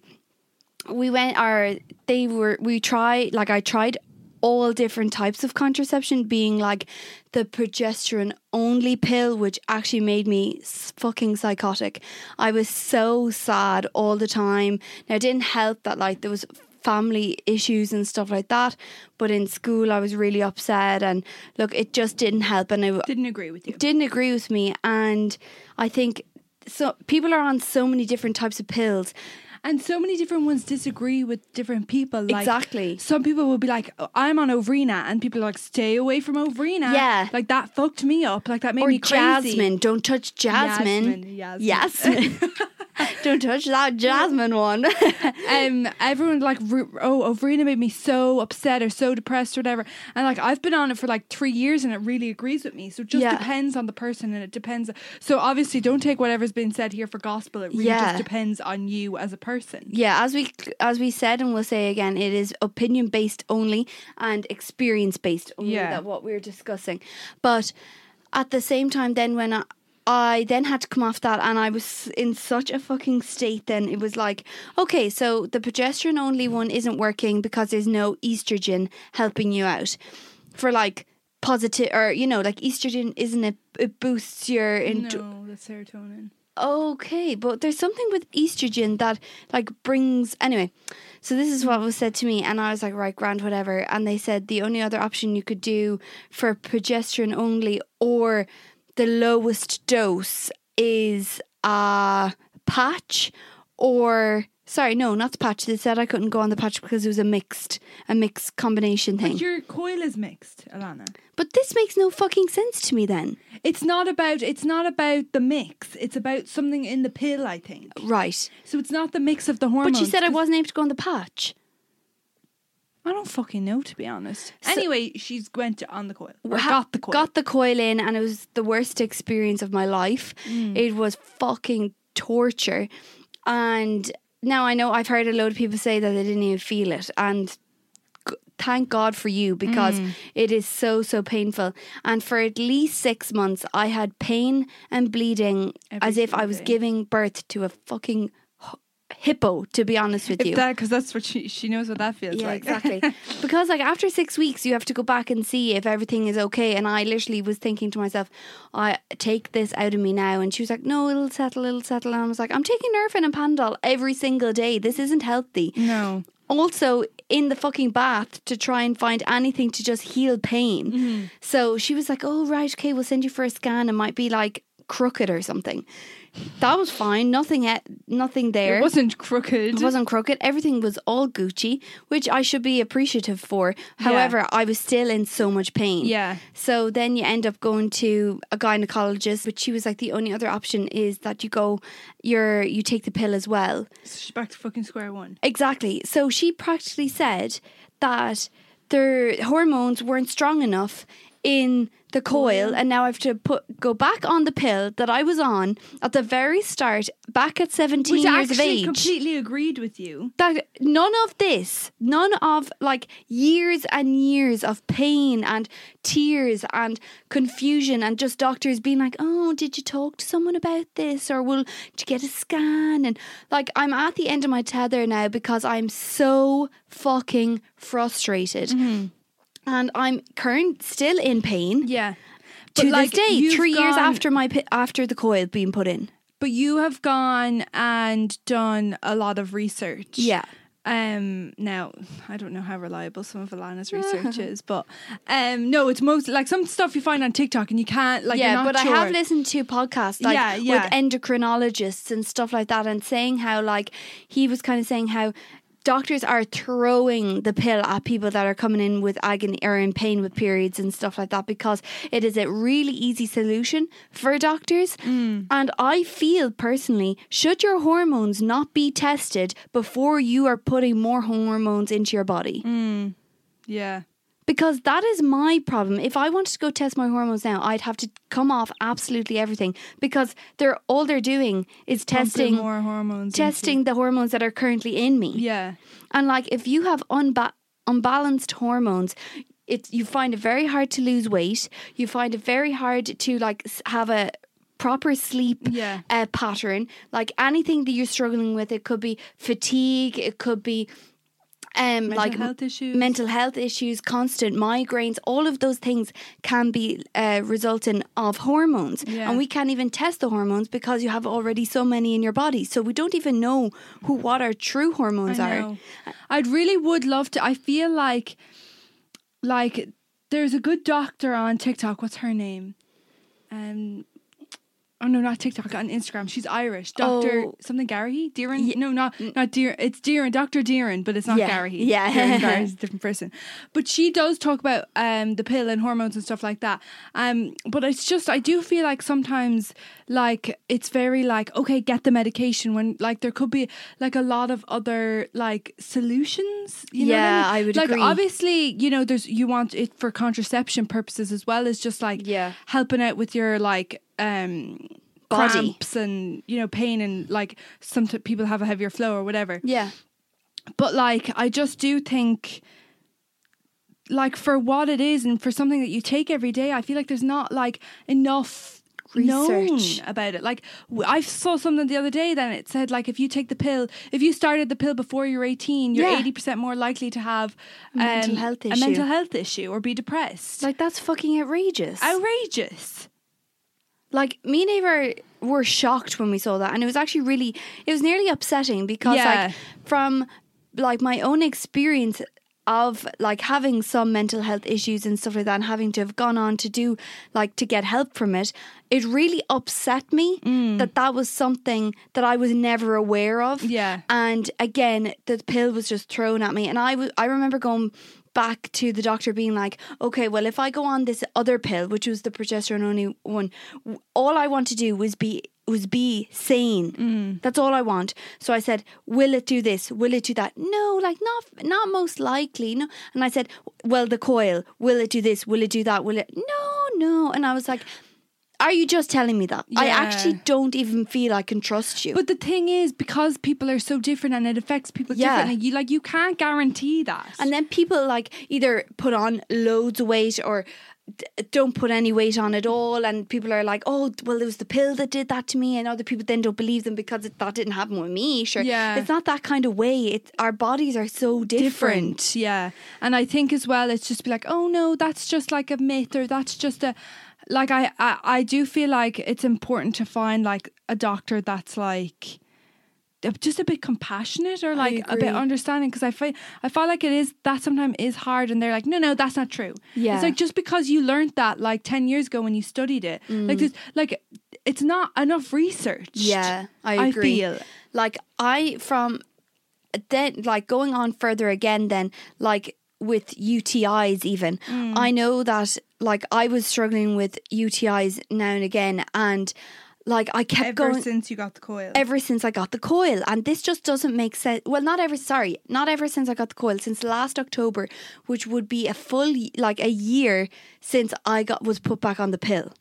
[SPEAKER 3] we went our they were we tried like I tried all different types of contraception being like the progesterone only pill which actually made me s- fucking psychotic. I was so sad all the time. Now it didn't help that like there was family issues and stuff like that, but in school I was really upset and look it just didn't help and I,
[SPEAKER 2] Didn't agree with you.
[SPEAKER 3] didn't agree with me and I think so people are on so many different types of pills.
[SPEAKER 2] And so many different ones disagree with different people. Like,
[SPEAKER 3] Exactly.
[SPEAKER 2] Some people will be like, "Oh, I'm on Overina. And people are like, stay away from Overina.
[SPEAKER 3] Yeah.
[SPEAKER 2] Like, that fucked me up. Like, that made
[SPEAKER 3] Or
[SPEAKER 2] me crazy.
[SPEAKER 3] Jasmine, don't touch Jasmine.
[SPEAKER 2] Jasmine,
[SPEAKER 3] Jasmine. don't touch that Jasmine one.
[SPEAKER 2] um, everyone like, re- oh, Overina made me so upset or so depressed or whatever. And like, I've been on it for like three years and it really agrees with me. So it just
[SPEAKER 3] Yeah.
[SPEAKER 2] depends on the person and it depends. So obviously, don't take whatever's been said here for gospel. It really
[SPEAKER 3] Yeah.
[SPEAKER 2] just depends on you as a person.
[SPEAKER 3] yeah, as we as we said and we'll say again, it is opinion based only and experience based only
[SPEAKER 2] Yeah.
[SPEAKER 3] that what we're discussing. But at the same time then when I I then had to come off that, and I was in such a fucking state. Then it was like, okay, so the progesterone only one isn't working because there's no estrogen helping you out for like positive, or you know, like estrogen isn't it? It boosts your endo-
[SPEAKER 2] no, that's serotonin.
[SPEAKER 3] Okay, but there's something with estrogen that like brings anyway. So this is what was said to me, and I was like, right, grand, whatever. And they said the only other option you could do for progesterone only or the lowest dose is a patch or sorry, no, not the patch. They said I couldn't go on the patch because it was a mixed a mixed combination thing.
[SPEAKER 2] Your coil is mixed, Alana.
[SPEAKER 3] But this makes no fucking sense to me then.
[SPEAKER 2] It's not about it's not about the mix. It's about something in the pill, I think.
[SPEAKER 3] Right.
[SPEAKER 2] So it's not the mix of the hormones.
[SPEAKER 3] But she said I
[SPEAKER 2] 'cause-
[SPEAKER 3] wasn't able to go on the patch.
[SPEAKER 2] I don't fucking know to be honest.
[SPEAKER 3] So-
[SPEAKER 2] anyway, she's went to- on the coil. Or
[SPEAKER 3] ha-
[SPEAKER 2] got the coil.
[SPEAKER 3] Got the coil in, and it was the worst experience of my life.
[SPEAKER 2] Mm.
[SPEAKER 3] It was fucking torture. And now I know I've heard a load of people say that they didn't even feel it, and g- thank God for you because
[SPEAKER 2] Mm.
[SPEAKER 3] it is so so painful. And for at least six months, I had pain and bleeding
[SPEAKER 2] Every
[SPEAKER 3] as if I was
[SPEAKER 2] single day.
[SPEAKER 3] giving birth to a fucking h- hippo. To be honest with you,
[SPEAKER 2] If that because that's what she she knows what that feels
[SPEAKER 3] yeah,
[SPEAKER 2] like.
[SPEAKER 3] exactly. because like after six weeks, you have to go back and see if everything is okay. And I literally was thinking to myself, I take this out of me now. And she was like, No, it'll settle, it'll settle. And I was like, I'm taking Nerfin and Pandol every single day. This isn't healthy.
[SPEAKER 2] no.
[SPEAKER 3] Also in the fucking bath to try and find anything to just heal pain. So she was like, Oh right, okay, we'll send you for a scan. It might be like crooked or something. That was fine. Nothing, e- nothing there.
[SPEAKER 2] It wasn't crooked.
[SPEAKER 3] It wasn't crooked. Everything was all Gucci, which I should be appreciative for. However, I was still in so much pain.
[SPEAKER 2] Yeah.
[SPEAKER 3] So then you end up going to a gynecologist, but she was like, the only other option is that you go, you're you take the pill as well.
[SPEAKER 2] She's back to fucking square one.
[SPEAKER 3] Exactly. So she practically said that their hormones weren't strong enough in the
[SPEAKER 2] Oh,
[SPEAKER 3] coil and now I have to put go back on the pill that I was on at the very start back at 17
[SPEAKER 2] Which
[SPEAKER 3] years of
[SPEAKER 2] actually
[SPEAKER 3] age
[SPEAKER 2] completely agreed with you.
[SPEAKER 3] that none of this, none of like years and years of pain and tears and confusion and just doctors being like, oh, did you talk to someone about this or will you get a scan? And like, I'm at the end of my tether now because I'm so fucking frustrated. And I'm current still in pain
[SPEAKER 2] Mm-hmm. Yeah.
[SPEAKER 3] to
[SPEAKER 2] like,
[SPEAKER 3] this day,
[SPEAKER 2] you've
[SPEAKER 3] three years
[SPEAKER 2] gone-
[SPEAKER 3] after my pi- after the coil being put in.
[SPEAKER 2] But you have gone and done a lot of research.
[SPEAKER 3] Yeah.
[SPEAKER 2] Um now I don't know how reliable some of Alana's research is, but um no, it's most like some stuff you find on TikTok and you can't like
[SPEAKER 3] yeah,
[SPEAKER 2] you're not
[SPEAKER 3] but
[SPEAKER 2] sure.
[SPEAKER 3] I have listened to podcasts like
[SPEAKER 2] Yeah, yeah.
[SPEAKER 3] with endocrinologists and stuff like that, and saying how like he was kind of saying how doctors are throwing the pill at people that are coming in with agony or in pain with periods and stuff like that because it is a really easy solution for doctors.
[SPEAKER 2] Mm.
[SPEAKER 3] And I feel personally, should your hormones not be tested before you are putting more hormones into your body?
[SPEAKER 2] Yeah.
[SPEAKER 3] Because that is my problem. If I wanted to go test my hormones now, I'd have to come off absolutely everything because they're all they're doing is
[SPEAKER 2] Pumping
[SPEAKER 3] testing
[SPEAKER 2] more hormones. into-
[SPEAKER 3] testing the hormones that are currently in me.
[SPEAKER 2] Yeah.
[SPEAKER 3] And like if you have unba- unbalanced hormones, it you find it very hard to lose weight. You find it very hard to like s- have a proper sleep
[SPEAKER 2] Yeah.
[SPEAKER 3] uh, pattern. Like anything that you're struggling with, it could be fatigue, it could be um
[SPEAKER 2] Mental
[SPEAKER 3] like
[SPEAKER 2] health issues.
[SPEAKER 3] mental health issues, constant migraines, all of those things can be uh, resultant of hormones.
[SPEAKER 2] Yeah.
[SPEAKER 3] And we can't even test the hormones because you have already so many in your body. So we don't even know who what our true hormones
[SPEAKER 2] I
[SPEAKER 3] are.
[SPEAKER 2] know. I'd really would love to. I feel like, like there's a good doctor on TikTok. What's her name? Um, oh no, not TikTok on Instagram. She's Irish. Doctor
[SPEAKER 3] Oh. Mm.
[SPEAKER 2] something Gary Deeran. no, not not Deeran. It's Deeran. Doctor Deeran, but it's not
[SPEAKER 3] Yeah.
[SPEAKER 2] Gary.
[SPEAKER 3] Yeah.
[SPEAKER 2] Deeran Gary is a different person. But she does talk about um the pill and hormones and stuff like that. Um, but it's just I do feel like sometimes like it's very like okay, get the medication when like there could be like a lot of other like solutions. You know what
[SPEAKER 3] Yeah,
[SPEAKER 2] I, mean?
[SPEAKER 3] I would
[SPEAKER 2] like
[SPEAKER 3] agree.
[SPEAKER 2] obviously you know there's you want it for contraception purposes as well as just like
[SPEAKER 3] Yeah.
[SPEAKER 2] helping out with your like um.
[SPEAKER 3] Body.
[SPEAKER 2] Cramps and you know pain and like some t- people have a heavier flow or whatever
[SPEAKER 3] Yeah.
[SPEAKER 2] but like I just do think like for what it is and for something that you take every day I feel like there's not like enough
[SPEAKER 3] Research.
[SPEAKER 2] known about it like w- I saw something the other day then it said like if you take the pill if you started the pill before you're 18 you're
[SPEAKER 3] Yeah.
[SPEAKER 2] 80% more likely to have um,
[SPEAKER 3] mental health
[SPEAKER 2] a
[SPEAKER 3] issue.
[SPEAKER 2] mental health issue or be depressed
[SPEAKER 3] Like that's fucking outrageous.
[SPEAKER 2] outrageous
[SPEAKER 3] like me and Ava were shocked when we saw that and it was actually really it was nearly upsetting because
[SPEAKER 2] Yeah.
[SPEAKER 3] like from like my own experience of like having some mental health issues and stuff like that and having to have gone on to do like to get help from it it really upset me
[SPEAKER 2] Mm.
[SPEAKER 3] that that was something that I was never aware of
[SPEAKER 2] Yeah.
[SPEAKER 3] and again the pill was just thrown at me and I wa- I remember going back to the doctor being like okay well if I go on this other pill which was the progesterone only one w- all I want to do was be was be sane that's all I want so I said will it do this will it do that no like not not most likely no and I said well the coil will it do this will it do that will it no no and I was like are you just telling me that I
[SPEAKER 2] Yeah.
[SPEAKER 3] actually don't even feel I can trust you
[SPEAKER 2] but the thing is because people are so different and it affects people
[SPEAKER 3] Yeah.
[SPEAKER 2] differently you like you can't guarantee that
[SPEAKER 3] And then people like either put on loads of weight or d- don't put any weight on at all. And people are like, oh, well, it was the pill that did that to me. And other people then don't believe them because it, that didn't happen with me. Sure.
[SPEAKER 2] Yeah.
[SPEAKER 3] It's not that kind of way. It's, our bodies are so different.
[SPEAKER 2] different. Yeah. And I think as well, it's just be like, oh no, that's just like a myth or that's just a. Like, I, I, I do feel like it's important to find like a doctor that's like a- just a bit compassionate or like a
[SPEAKER 3] agree.
[SPEAKER 2] bit understanding because I find I feel like it is that sometimes is hard and they're like no no that's not true
[SPEAKER 3] Yeah. Mm.
[SPEAKER 2] it's like just because you learned that like 10 years ago when you studied it like this like it's not enough research.
[SPEAKER 3] Yeah, I
[SPEAKER 2] I
[SPEAKER 3] agree.
[SPEAKER 2] feel.
[SPEAKER 3] Like I from then like going on further again then like with UTIs even. I know that like I was struggling with UTIs now and again and like I kept
[SPEAKER 2] Ever
[SPEAKER 3] going
[SPEAKER 2] since you got the coil.
[SPEAKER 3] ever since I got the coil. And this just doesn't make sense. Well, not ever, sorry, not ever since I got the coil, since last October, which would be a full, y- like a year since I got, was put back on the pill.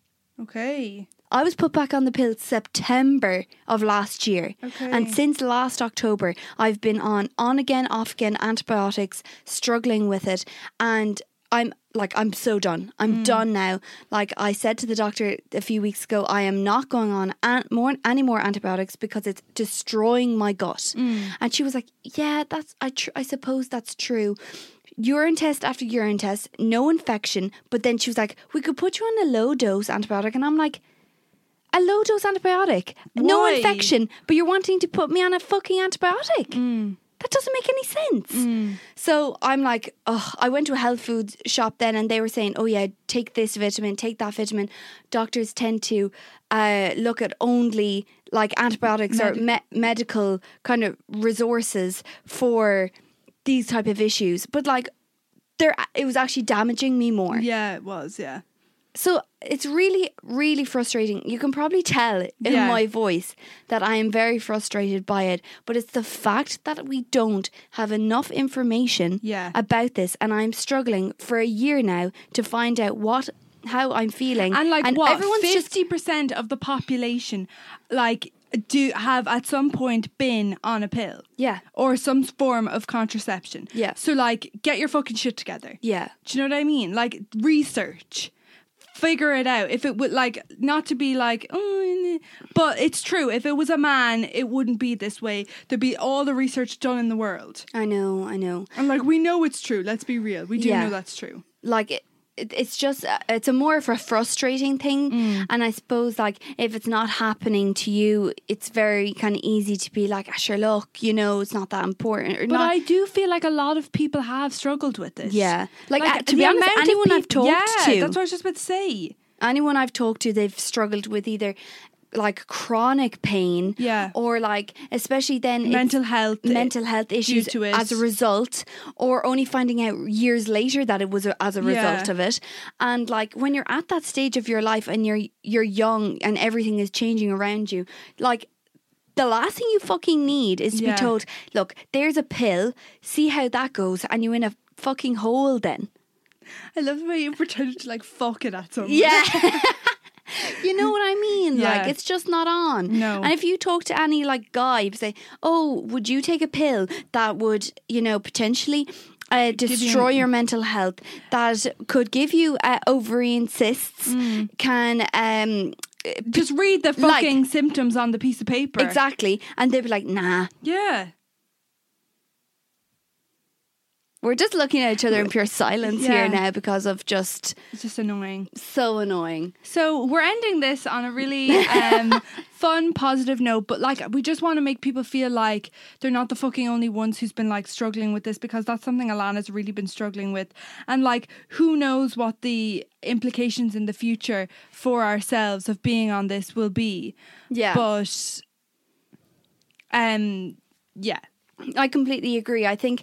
[SPEAKER 2] okay.
[SPEAKER 3] I was put back on the pill September of last year.
[SPEAKER 2] Okay.
[SPEAKER 3] And since last October, I've been on on again, off again antibiotics, struggling with it. And I'm like, I'm so done. I'm done now. Like I said to the doctor a few weeks ago, I am not going on an- more, any more antibiotics because it's destroying my gut. And she was like, Yeah, that's, I, tr- I suppose that's true urine test after urine test, no infection. But then she was like, "We could put you on a low dose antibiotic," and I'm like, "A low dose antibiotic, no
[SPEAKER 2] Why?
[SPEAKER 3] infection, but you're wanting to put me on a fucking antibiotic." That doesn't make any sense. So I'm like, oh, I went to a health food shop then, and they were saying, oh yeah, take this vitamin, take that vitamin. Doctors tend to uh, look at only like antibiotics or me- medical kind of resources for these type of issues, but like, there it was actually damaging me more.
[SPEAKER 2] Yeah, it was. Yeah.
[SPEAKER 3] So it's really, really frustrating. You can probably tell in
[SPEAKER 2] Yeah.
[SPEAKER 3] my voice that I am very frustrated by it, but it's the fact that we don't have enough information
[SPEAKER 2] Yeah.
[SPEAKER 3] about this, and I'm struggling for a year now to find out what, how I'm feeling,
[SPEAKER 2] And like what?
[SPEAKER 3] everyone's just
[SPEAKER 2] Fifty percent of the population, like, do have at some point been on a pill.
[SPEAKER 3] yeah,
[SPEAKER 2] Or some form of contraception.
[SPEAKER 3] Yeah.
[SPEAKER 2] So like, get your fucking shit together.
[SPEAKER 3] yeah,
[SPEAKER 2] Do you know what I mean? Like research, figure it out. If it would like not to be like, "Oh, nah," but it's true. If it was a man, it wouldn't be this way. There'd be all the research done in the world,
[SPEAKER 3] I know, I know.
[SPEAKER 2] and like we know it's true. Let's be real. We do
[SPEAKER 3] Yeah.
[SPEAKER 2] know that's true.
[SPEAKER 3] like it, it, it's just uh, it's a more of a frustrating thing
[SPEAKER 2] Mm.
[SPEAKER 3] and i suppose like if it's not happening to you it's very kind of easy to be like "Ah, sure look you know it's not that important or
[SPEAKER 2] But
[SPEAKER 3] not
[SPEAKER 2] I do feel like a lot of people have struggled with this.
[SPEAKER 3] yeah like, uh, to
[SPEAKER 2] the
[SPEAKER 3] be honest
[SPEAKER 2] amount of
[SPEAKER 3] anyone i've
[SPEAKER 2] peop-
[SPEAKER 3] talked
[SPEAKER 2] yeah,
[SPEAKER 3] to
[SPEAKER 2] That's what I was just about to say.
[SPEAKER 3] anyone I've talked to, they've struggled with either like chronic pain,
[SPEAKER 2] Yeah.
[SPEAKER 3] or like especially then it's
[SPEAKER 2] Mental health, uh,
[SPEAKER 3] mental health issues
[SPEAKER 2] to it.
[SPEAKER 3] as a result, or only finding out years later that it was a, as a result
[SPEAKER 2] Yeah.
[SPEAKER 3] of it. And like when you're at that stage of your life and you're you're young and everything is changing around you, like. The last thing you fucking need is to
[SPEAKER 2] Yeah.
[SPEAKER 3] be told, look, there's a pill, see how that goes, and you're in a fucking hole then.
[SPEAKER 2] I love the way you pretended to like fuck it at someone.
[SPEAKER 3] Yeah. you know what I mean? Like
[SPEAKER 2] Yeah.
[SPEAKER 3] it's just not on.
[SPEAKER 2] No.
[SPEAKER 3] And if you talk to any like guy, you say, "Oh, would you take a pill that would, you know, potentially uh, destroy your mental health? That could give you uh, ovarian cysts?
[SPEAKER 2] Mm.
[SPEAKER 3] Can um
[SPEAKER 2] Just read the
[SPEAKER 3] Like-
[SPEAKER 2] fucking symptoms on the piece of paper.
[SPEAKER 3] exactly?" And they'd be like, "Nah,
[SPEAKER 2] Yeah.
[SPEAKER 3] we're just looking at each other in pure silence
[SPEAKER 2] Yeah.
[SPEAKER 3] here now because of just
[SPEAKER 2] It's just annoying.
[SPEAKER 3] so annoying."
[SPEAKER 2] So we're ending this on a really um, fun, positive note, but like we just want to make people feel like they're not the fucking only ones who's been like struggling with this because that's something Alana's really been struggling with, and like who knows what the implications in the future for ourselves of being on this will be.
[SPEAKER 3] Yeah.
[SPEAKER 2] But um, yeah,
[SPEAKER 3] I completely agree. I think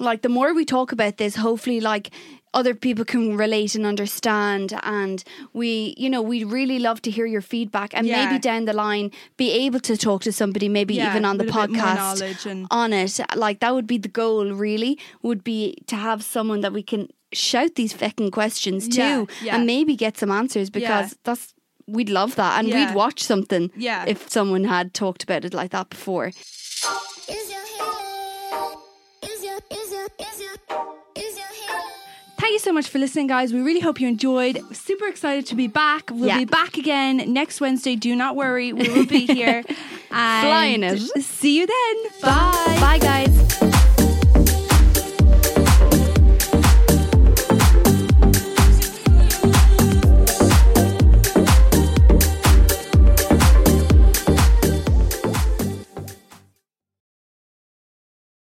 [SPEAKER 3] like the more we talk about this, hopefully like other people can relate and understand and we you know we'd really love to hear your feedback and
[SPEAKER 2] Yeah.
[SPEAKER 3] maybe down the line be able to talk to somebody maybe
[SPEAKER 2] Yeah,
[SPEAKER 3] even on the
[SPEAKER 2] with a bit more
[SPEAKER 3] podcast
[SPEAKER 2] knowledge and-
[SPEAKER 3] on it like that would be the goal really would be to have someone that we can shout these fucking questions to
[SPEAKER 2] Yeah, yeah.
[SPEAKER 3] and maybe get some answers because that's we'd love that and
[SPEAKER 2] Yeah.
[SPEAKER 3] we'd watch something
[SPEAKER 2] Yeah.
[SPEAKER 3] if someone had talked about it like that before
[SPEAKER 1] Is your healing? Is your is your is your is your healing?
[SPEAKER 2] Thank you so much for listening, guys. We really hope you enjoyed. Super excited to be back. We'll
[SPEAKER 3] Yeah.
[SPEAKER 2] be back again next Wednesday. Do not worry, we will be here. And
[SPEAKER 3] Flying it.
[SPEAKER 2] See you then.
[SPEAKER 3] bye guys